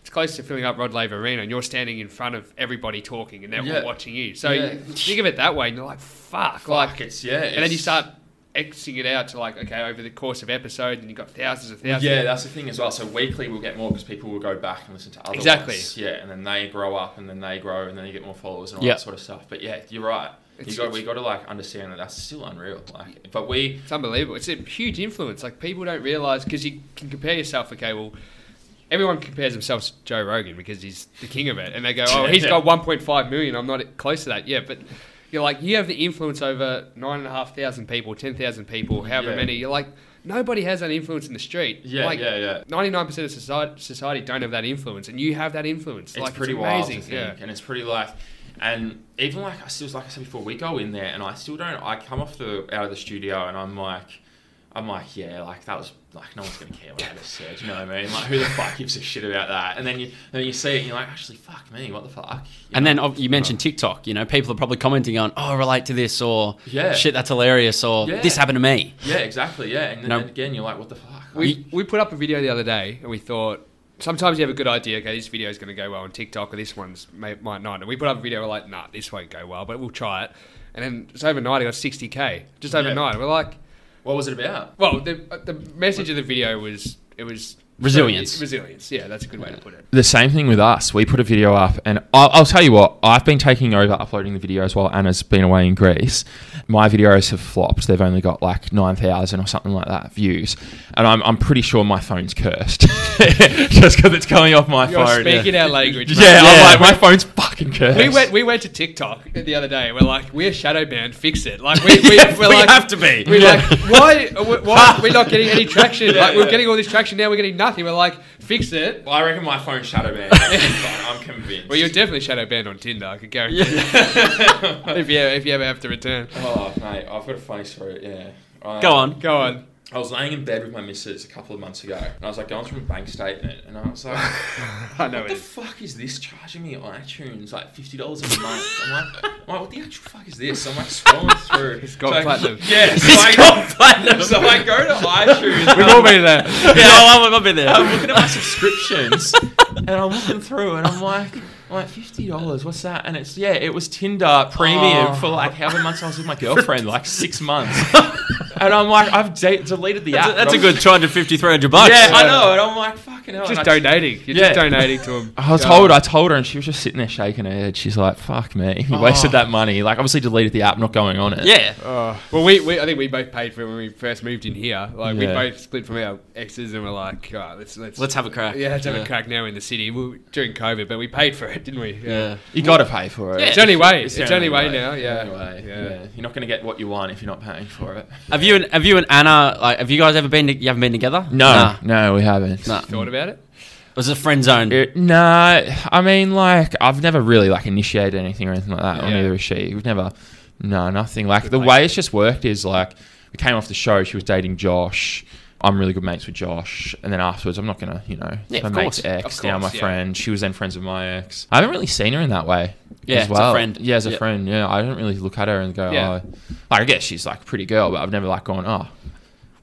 Speaker 1: it's close to filling up Rod Laver Arena, and you're standing in front of everybody talking, and they're
Speaker 4: Yeah.
Speaker 1: all watching you. So
Speaker 4: Yeah.
Speaker 1: you think of it that way, and you're like, "Fuck!" like
Speaker 4: it's- yeah,
Speaker 1: and then you
Speaker 4: it's-
Speaker 1: start. Xing it out to like okay over the course of episodes, and you've got thousands of
Speaker 4: Well,
Speaker 1: thousands.
Speaker 4: yeah, that's the thing as well. So weekly we'll get more because people will go back and listen to other
Speaker 1: Exactly.
Speaker 4: ones. Yeah, and then they grow up and then they grow and then you get more followers and all
Speaker 2: Yeah.
Speaker 4: that sort of stuff. But yeah, you're right.
Speaker 1: It's-
Speaker 4: you got,
Speaker 1: it's-
Speaker 4: we got to like understand that that's still unreal. Like, but we
Speaker 1: It's unbelievable. It's a huge influence. Like people don't realize because you can compare yourself. Okay, well, everyone compares themselves to Joe Rogan because he's the king of it, and they go, "Oh, he's got 1.5 million. I'm not close to that." Yeah, but you're like, you have the influence over nine and a half thousand people, ten thousand people, however
Speaker 4: Yeah.
Speaker 1: many. You're like, nobody has that influence in the street.
Speaker 4: yeah
Speaker 1: like,
Speaker 4: yeah yeah.
Speaker 1: 99% of society, society don't have that influence, and you have that influence.
Speaker 4: It's
Speaker 1: like,
Speaker 4: pretty
Speaker 1: it's
Speaker 4: wild
Speaker 1: amazing.
Speaker 4: to think, and it's pretty like, and even like I still like I said before, we go in there and I still don't. I come off the out of the studio and I'm like. I'm like, yeah, like that was like no one's gonna care what I just said. You know what I mean? Like, who the fuck gives a shit about that? And then you, then you see it, and you're like, actually, fuck me, what the fuck? You
Speaker 2: And
Speaker 4: know?
Speaker 2: then oh, you mentioned TikTok. You know, people are probably commenting on, "Oh, I relate to this," or
Speaker 4: Yeah.
Speaker 2: "Shit, that's hilarious," or
Speaker 4: Yeah.
Speaker 2: "This happened to me."
Speaker 4: Yeah, exactly. Yeah, and then
Speaker 2: No.
Speaker 4: again, you're like, what the fuck?
Speaker 1: We, we put up a video the other day and we thought sometimes you have a good idea, okay, this video is going to go well on TikTok or this one's may, might not. And we put up a video, we're like, nah, this won't go well, but we'll try it. And then just overnight, it got 60k. Just
Speaker 4: Yeah.
Speaker 1: overnight. We're like,
Speaker 4: what was it about?
Speaker 1: well, the, uh, the message of the video was it was
Speaker 2: Resilience.
Speaker 1: Resilience. Yeah, that's a good way to put it.
Speaker 4: The same thing with us. We put a video up, and I'll, I'll tell you what, I've been taking over uploading the videos while Anna's been away in Greece. My videos have flopped. They've only got like 9,000 or something like that views. And I'm, I'm pretty sure my phone's cursed just because it's going off my
Speaker 1: You're
Speaker 4: phone.
Speaker 1: speaking our language.
Speaker 4: yeah,
Speaker 1: mate.
Speaker 4: I'm like, my phone's fucking cursed.
Speaker 1: We went, we went to TikTok the other day. We're like, we're shadow banned. Fix it. Like we, we,
Speaker 4: Yeah,
Speaker 1: we're
Speaker 4: we
Speaker 1: like,
Speaker 4: have to be.
Speaker 1: We're
Speaker 4: Yeah.
Speaker 1: like, why, Oh, why are we not getting any traction?
Speaker 4: Yeah,
Speaker 1: like we're
Speaker 4: yeah.
Speaker 1: getting all this traction now. We're getting nothing. We're like, fix it.
Speaker 4: Well, I reckon my phone's shadow banned. I'm convinced.
Speaker 1: Well, you're definitely shadow banned on Tinder. I could guarantee. if you if you ever have to return,
Speaker 4: Oh, mate, I've got a funny story. Yeah. I-
Speaker 2: Go on.
Speaker 1: go on.
Speaker 4: I was laying in bed with my missus a couple of months ago, and I was like going through a bank statement, and I was like,
Speaker 1: I know
Speaker 4: "What
Speaker 1: it
Speaker 4: the
Speaker 1: is.
Speaker 4: fuck is this charging me on iTunes like fifty dollars a month?" I'm like, I'm like, "What the actual fuck is this?" I'm like scrolling through. It's
Speaker 1: gone platinum.
Speaker 4: Yeah, so I, So I go to iTunes.
Speaker 1: We've
Speaker 4: and
Speaker 1: all
Speaker 4: I'm-
Speaker 1: been there.
Speaker 2: Yeah, Oh, I'll, I'll be there.
Speaker 4: I'm looking at my subscriptions, and I'm looking through, and I'm like, I'm like fifty dollars. What's that? And it's yeah, it was Tinder premium
Speaker 2: Oh.
Speaker 4: for like however months I was with my girlfriend, like six months. and I'm like, I've de- deleted the app.
Speaker 2: That's,
Speaker 4: but
Speaker 2: a
Speaker 4: I'm-
Speaker 2: good 250, 300 bucks.
Speaker 4: Yeah, I know. And I'm like, fucking hell. and
Speaker 1: Just
Speaker 4: I
Speaker 1: donating. You're
Speaker 4: Yeah.
Speaker 1: just donating to him.
Speaker 4: I was told. I told her, and she was just sitting there shaking her head. She's like, "Fuck me, you wasted that money." Like, obviously, deleted the app, not going on it.
Speaker 2: Yeah.
Speaker 1: Oh. well, we, we I think we both paid for it when we first moved in here. Like
Speaker 4: Yeah.
Speaker 1: we both split from our exes and we're like, all right, let's let's
Speaker 2: Let's have a crack.
Speaker 1: yeah, let's have
Speaker 2: Yeah.
Speaker 1: a crack now in the city. We were during COVID, but we paid for it, didn't we?
Speaker 2: Yeah.
Speaker 4: you got to pay for it.
Speaker 1: It's only way.
Speaker 4: It's
Speaker 1: It's,
Speaker 4: the
Speaker 1: only
Speaker 4: only
Speaker 1: way,
Speaker 4: way.
Speaker 1: now. Yeah.
Speaker 4: Anyway,
Speaker 1: yeah.
Speaker 4: yeah. You're not going to get what you want if you're not paying for it.
Speaker 2: Have you and have you and Anna like have you guys ever been to, you haven't been together? Nah.
Speaker 4: no, we haven't.
Speaker 2: Nah.
Speaker 1: Thought about it.
Speaker 2: It was a friend zone.
Speaker 4: It, nah, I mean, like, I've never really like initiated anything or anything like that. Or
Speaker 1: Yeah.
Speaker 4: neither has she. We've never, no, nothing. Like the way it's just worked is like we came off the show. She was dating Josh. I'm really good mates with Josh, and then afterwards, I'm not gonna, you know,
Speaker 2: Yeah,
Speaker 4: my
Speaker 2: of
Speaker 4: mate's
Speaker 2: course.
Speaker 4: ex,
Speaker 1: Of
Speaker 4: now my
Speaker 1: course, yeah.
Speaker 4: friend. She was then friends with my ex. I haven't really seen her in that way.
Speaker 2: Yeah,
Speaker 4: as
Speaker 2: as a
Speaker 4: well.
Speaker 2: friend.
Speaker 4: Yeah, as a
Speaker 2: Yeah.
Speaker 4: friend. Yeah, I don't really look at her and go,
Speaker 1: Yeah.
Speaker 4: oh, like, I guess she's like a pretty girl, but I've never like gone, oh,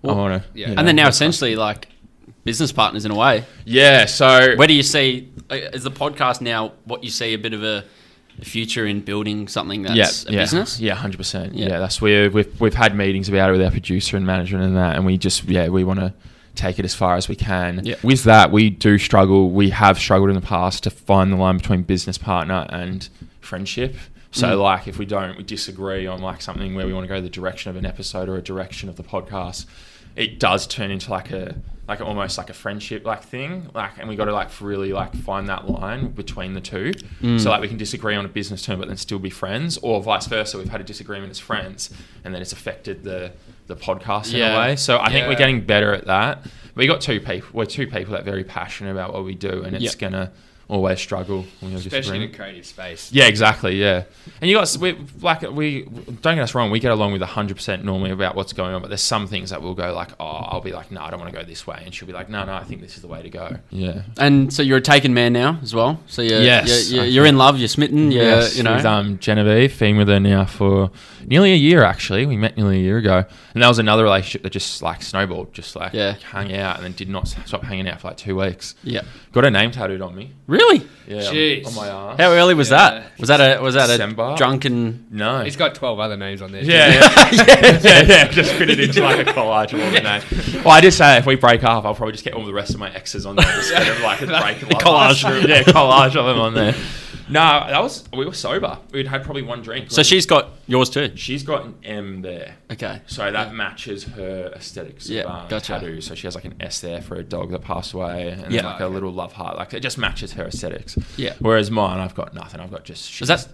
Speaker 2: Well,
Speaker 4: I want to.
Speaker 1: yeah.
Speaker 2: and then now essentially like business partners in a way.
Speaker 4: yeah. So
Speaker 2: Where do you see like, is the podcast now what you see a bit of a future in building something that's a
Speaker 4: yeah,
Speaker 2: business?
Speaker 4: Yeah, hundred percent.
Speaker 2: Yeah.
Speaker 4: Yeah, that's where we've we've had meetings about it with our producer and management and that, and we just yeah we want to take it as far as we can.
Speaker 2: Yeah.
Speaker 4: With that, we do struggle. We have struggled in the past to find the line between business partner and friendship. So
Speaker 2: Mm.
Speaker 4: like if we don't, we disagree on like something where we want to go the direction of an episode or a direction of the podcast. It does turn into like a like almost like a friendship like thing like and we got to like really like find that line between the two
Speaker 2: Mm.
Speaker 4: so like we can disagree on a business term but then still be friends or vice versa we've had a disagreement as friends and then it's affected the the podcast in
Speaker 2: Yeah.
Speaker 4: a way so i think we're
Speaker 1: Yeah.
Speaker 4: getting better at that we got two people we're two people that are very passionate about what we do and it's
Speaker 2: Yep.
Speaker 4: gonna always struggle when you're
Speaker 1: Especially
Speaker 4: disagreeing
Speaker 1: in a creative space.
Speaker 4: yeah, exactly. Yeah, and you guys, we like we don't get us wrong. We get along with hundred percent normally about what's going on, but there's some things that we'll go like, oh, I'll be like, no, I don't want to go this way, and she'll be like, no, no, I think this is the way to go. Yeah,
Speaker 2: And so you're a taken man now as well. So you're,
Speaker 4: Yes.
Speaker 2: you're, you're, you're in love, you're smitten, you're,
Speaker 4: Yes,
Speaker 2: you know.
Speaker 4: with um, Genevieve, been with her now for nearly a year. Actually, we met nearly a year ago, and that was another relationship that just like snowballed, just like
Speaker 2: Yeah.
Speaker 4: hung out, and then did not stop hanging out for like two weeks.
Speaker 2: Yeah.
Speaker 4: Got her name tattooed on me.
Speaker 2: Really?
Speaker 4: Yeah,
Speaker 1: Jeez.
Speaker 4: on my arm.
Speaker 2: How early was
Speaker 1: Yeah.
Speaker 2: that? Was that a was that
Speaker 4: December.
Speaker 2: a drunken
Speaker 4: No,
Speaker 1: He's got 12 other names on there.
Speaker 4: Yeah, yeah, yeah, yeah, yeah. Just fit it into like a collage of all the names. Well, I just say if we break up, I'll probably just get all the rest of my exes on there. Just kind of like a break
Speaker 2: A collage.
Speaker 4: yeah, collage of them on there. No, that was we were sober. We'd had probably one drink.
Speaker 2: So she's got yours too.
Speaker 4: she's got an M there.
Speaker 2: Okay.
Speaker 4: So that matches her aesthetics.
Speaker 2: Yeah,
Speaker 4: of, um,
Speaker 2: gotcha.
Speaker 4: Tattoo. So she has like an S there for a dog that passed away, and
Speaker 2: Yeah.
Speaker 4: then, like a little love heart. Like it just matches her aesthetics.
Speaker 2: Yeah.
Speaker 4: Whereas mine, I've got nothing. I've got just.
Speaker 2: Is that-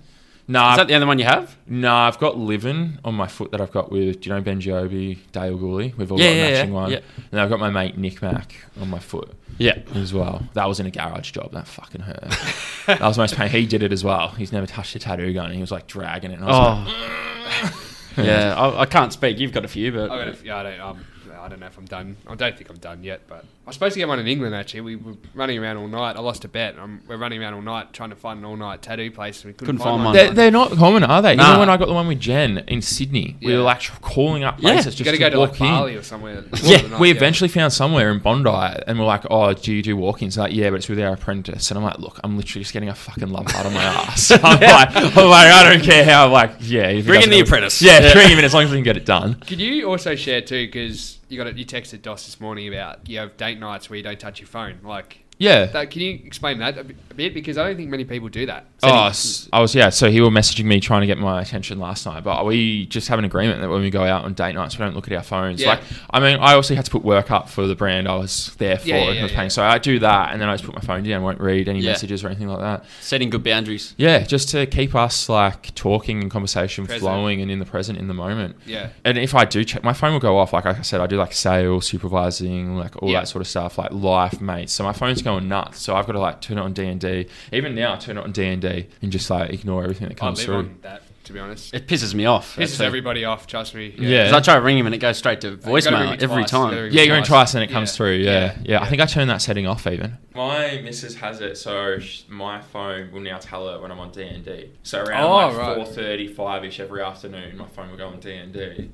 Speaker 4: No,
Speaker 2: Is that the other one you have?
Speaker 4: no, I've got Livin on my foot that I've got with, do you know Benji Obi, Dale Gooley? We've all
Speaker 2: Yeah,
Speaker 4: got a
Speaker 2: yeah,
Speaker 4: matching
Speaker 2: yeah,
Speaker 4: one.
Speaker 2: yeah.
Speaker 4: And I've got my mate Nick Mack on my foot
Speaker 2: Yeah.
Speaker 4: as well. That was in a garage job. That fucking hurt. that was the most pain. He did it as well. He's never touched a tattoo gun. He was like dragging it. And I was like,
Speaker 2: Oh. yeah, I, I can't speak. You've got a few, but
Speaker 1: I, gotta, yeah, I, don't, um, I don't know if I'm done. I don't think I'm done yet, but I was supposed to get one in England actually. We were running around all night. I lost a bet. i we're running around all night trying to find an all night tattoo place. And we couldn't,
Speaker 2: Couldn't find one.
Speaker 4: they're, they're not common, are they?
Speaker 2: Nah.
Speaker 4: Even when I got the one with Jen in Sydney, we
Speaker 1: Yeah.
Speaker 4: were like tr- calling up
Speaker 2: Yeah.
Speaker 4: places
Speaker 1: You
Speaker 4: just
Speaker 1: gotta
Speaker 4: to
Speaker 1: go to like
Speaker 4: walk in.
Speaker 1: Bali or somewhere.
Speaker 4: Yeah, we eventually found somewhere in Bondi, and we're like, "Oh, do you do walk-ins?" They're like, yeah, but it's with our apprentice. And I'm like, "Look, I'm literally just getting a fucking love heart on my ass." I'm like, "I'm like, I don't care how." I'm like, yeah, if he
Speaker 2: Bring in
Speaker 4: doesn't
Speaker 2: the
Speaker 4: have-
Speaker 2: apprentice.
Speaker 4: Yeah,
Speaker 2: Yeah.
Speaker 4: bring him in as long as we can get it done.
Speaker 1: Could you also share too? Because you got it. You texted Dos this morning about you have date nights where you don't touch your phone. Like,
Speaker 4: Yeah.
Speaker 1: that, can you explain that a bit- a bit? Because I don't think many people do that.
Speaker 4: Oh, s- I was yeah. So he were messaging me trying to get my attention last night, but we just have an agreement that when we go out on date nights, we don't look at our phones.
Speaker 1: Yeah.
Speaker 4: Like, I mean, I also had to put work up for the brand I was there for
Speaker 1: Yeah, yeah,
Speaker 4: and
Speaker 1: yeah,
Speaker 4: was
Speaker 1: yeah.
Speaker 4: paying. So I do that, and then I just put my phone down, won't read any
Speaker 2: Yeah.
Speaker 4: messages or anything like that.
Speaker 2: setting good boundaries.
Speaker 4: Yeah, just to keep us like talking and conversation
Speaker 1: Present.
Speaker 4: flowing and in the present, in the moment.
Speaker 1: Yeah.
Speaker 4: And if I do check, my phone will go off. Like I said, I do like sales, supervising, like all
Speaker 2: Yeah.
Speaker 4: that sort of stuff, like life, mates. So my phone's going nuts. So I've got to like turn it on D and D. Even now, I turn it on D and D and just like ignore everything that
Speaker 1: I
Speaker 4: comes
Speaker 1: live
Speaker 4: through.
Speaker 1: on that. To be honest,
Speaker 2: It pisses me off.
Speaker 1: pisses
Speaker 2: actually.
Speaker 1: everybody off. Trust me.
Speaker 4: Yeah.
Speaker 2: Because I try to ring him and it goes straight to
Speaker 1: gotta ring
Speaker 2: voicemail
Speaker 1: it
Speaker 2: every
Speaker 1: twice. You gotta
Speaker 2: time.
Speaker 1: ring
Speaker 4: Yeah, you're in
Speaker 1: Twice.
Speaker 4: twice and it comes
Speaker 1: Yeah.
Speaker 4: through. Yeah.
Speaker 1: Yeah.
Speaker 4: yeah,
Speaker 1: Yeah.
Speaker 4: I think I turned that setting off even. My missus has it, so sh- my phone will now tell her when I'm on D and D. So around
Speaker 1: Oh,
Speaker 4: like
Speaker 1: right.
Speaker 4: four thirty, five ish every afternoon, my phone will go on D and D,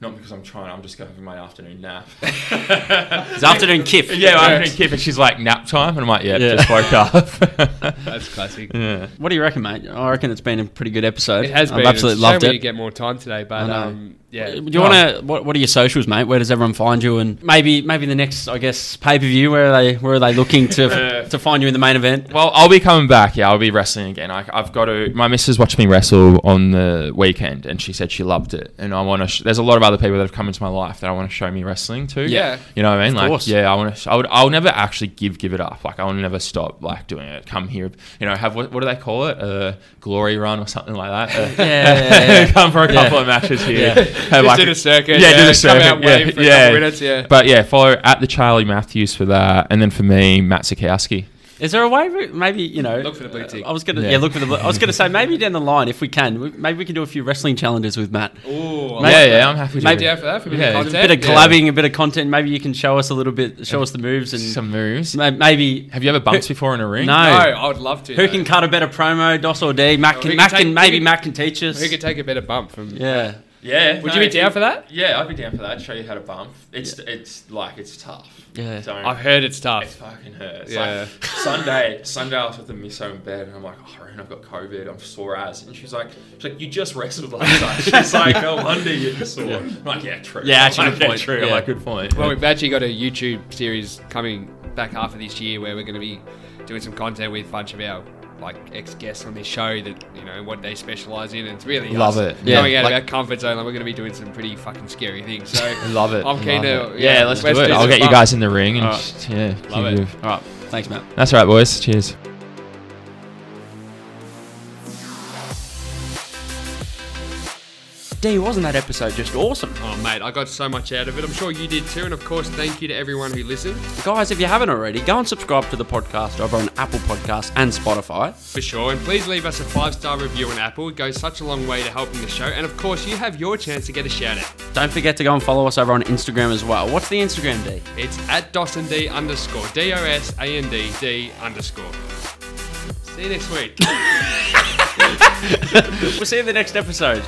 Speaker 4: Not because I'm trying, I'm just going for my afternoon nap.
Speaker 2: It's afternoon kiff.
Speaker 4: yeah, my afternoon kip, and she's like, nap time? And I'm like, yeah,
Speaker 2: Yeah.
Speaker 4: just woke up.
Speaker 1: That's classic.
Speaker 4: yeah.
Speaker 2: What do you reckon, mate? I reckon it's been a pretty good episode.
Speaker 1: It has
Speaker 2: I've
Speaker 1: been.
Speaker 2: absolutely
Speaker 1: it's
Speaker 2: loved
Speaker 1: so
Speaker 2: it.
Speaker 1: We need to get more time today,
Speaker 2: I
Speaker 1: but
Speaker 2: know.
Speaker 1: um, yeah.
Speaker 2: Do you want to? What, what are your socials, mate? Where does everyone find you? And maybe, maybe the next, I guess, pay per view. Where are they? Where are they looking to
Speaker 4: Uh,
Speaker 2: to find you in the main event?
Speaker 4: Well, I'll be coming back. Yeah, I'll be wrestling again. I, I've got to. My missus watched me wrestle on the weekend, and she said she loved it. And I want to. Sh- there's a lot of other people that have come into my life that I want to show me wrestling to.
Speaker 1: Yeah.
Speaker 4: you know what I mean. like,
Speaker 2: course.
Speaker 4: yeah, I want to. Sh- I would. I'll never actually give give it up. Like, I will never stop like doing it. Come here, you know. Have what, what do they call it? A uh, glory run or something like that. Uh,
Speaker 2: Yeah, yeah, yeah, yeah.
Speaker 4: come for a
Speaker 2: Yeah.
Speaker 4: couple of matches here.
Speaker 2: Yeah.
Speaker 4: Have,
Speaker 1: Just
Speaker 4: like,
Speaker 1: do the circuit.
Speaker 4: yeah, do the
Speaker 1: Come out,
Speaker 4: circuit,
Speaker 1: wave
Speaker 4: yeah,
Speaker 1: for a
Speaker 4: yeah.
Speaker 1: couple minutes. Yeah.
Speaker 4: But yeah, follow at the Charlie Matthews for that, and then for me, Matt Sikowski.
Speaker 2: Is there a way? we- Maybe you know.
Speaker 1: Look for the blue tick.
Speaker 2: I was gonna. Yeah.
Speaker 4: Yeah.
Speaker 2: look for the. Blue, I was gonna say maybe down the line if we can. we- Maybe we can do a few wrestling challenges with Matt.
Speaker 1: Ooh, I
Speaker 2: Maybe-
Speaker 1: like
Speaker 4: yeah,
Speaker 1: that.
Speaker 4: yeah, I'm happy to.
Speaker 1: Maybe
Speaker 4: do
Speaker 1: down
Speaker 4: it.
Speaker 1: for that for a bit
Speaker 4: Yeah.
Speaker 1: of
Speaker 4: A
Speaker 2: A
Speaker 1: content.
Speaker 2: bit of
Speaker 1: Yeah.
Speaker 2: collabing, a bit of content. Maybe you can show us a little bit. Show us the moves and
Speaker 4: some moves.
Speaker 2: ma- maybe
Speaker 4: Have you ever bumped before in a ring?
Speaker 1: No,
Speaker 2: No.
Speaker 1: I would love to.
Speaker 2: who
Speaker 1: though.
Speaker 2: can cut a better promo, DOS or D. Matt
Speaker 1: Who
Speaker 2: can.
Speaker 1: can
Speaker 2: Matt
Speaker 1: take-
Speaker 2: can.
Speaker 1: who
Speaker 2: Maybe
Speaker 1: can-
Speaker 2: Matt can teach us.
Speaker 1: Who could take a better bump from?
Speaker 2: Yeah.
Speaker 4: Yeah.
Speaker 1: Would you be down for that?
Speaker 4: Yeah, I'd be down for that. I'd show you how to bump. It's it's like it's tough.
Speaker 2: Yeah.
Speaker 4: Don't.
Speaker 1: I've heard it's
Speaker 4: it
Speaker 1: tough.
Speaker 4: fucking hurts.
Speaker 1: Yeah.
Speaker 4: Like Sunday, Sunday I was with the miso in bed and I'm like, oh, Ren, I've got COVID. I'm sore as. And she's like, she's like, you just wrestled last night. She's like, no wonder you're sore. I'm like, yeah, true.
Speaker 2: Yeah,
Speaker 4: I'm
Speaker 2: actually,
Speaker 4: like,
Speaker 2: good
Speaker 4: "Yeah,
Speaker 2: point."
Speaker 4: True. I'm
Speaker 2: Yeah.
Speaker 4: like, good point.
Speaker 1: Well, we've actually got a YouTube series coming back half of this year where we're going to be doing some content with a bunch of our like ex guests on this show that you know what they specialize in. And it's really
Speaker 4: Love
Speaker 1: us
Speaker 4: it. Yeah.
Speaker 1: Going out
Speaker 4: Like-
Speaker 1: of our comfort zone, like, we're going to be doing some pretty fucking scary things. So
Speaker 4: love it.
Speaker 1: I'm keen
Speaker 4: Love
Speaker 1: to-
Speaker 4: it.
Speaker 1: yeah,
Speaker 4: Yeah, let's do
Speaker 1: let's
Speaker 4: it.
Speaker 1: do
Speaker 4: I'll
Speaker 1: some
Speaker 4: get you
Speaker 1: bump.
Speaker 4: guys in the ring and
Speaker 2: Alright.
Speaker 4: just- yeah,
Speaker 1: Love
Speaker 4: keep
Speaker 1: it.
Speaker 4: moving.
Speaker 2: All right. Thanks, Matt.
Speaker 4: That's all right, boys. Cheers.
Speaker 2: D, wasn't that episode just awesome?
Speaker 1: Oh, mate, I got so much out of it. I'm sure you did too. And of course, thank you to everyone who listened.
Speaker 2: Guys, if you haven't already, go and subscribe to the podcast over on Apple Podcasts and Spotify.
Speaker 1: For sure. And please leave us a five star review on Apple. It goes such a long way to helping the show. And of course, you have your chance to get a shout out.
Speaker 2: Don't forget to go and follow us over on Instagram as well. What's the Instagram, D?
Speaker 1: It's at D underscore D O S A N D D underscore. See you next week.
Speaker 2: We'll see you in the next episode.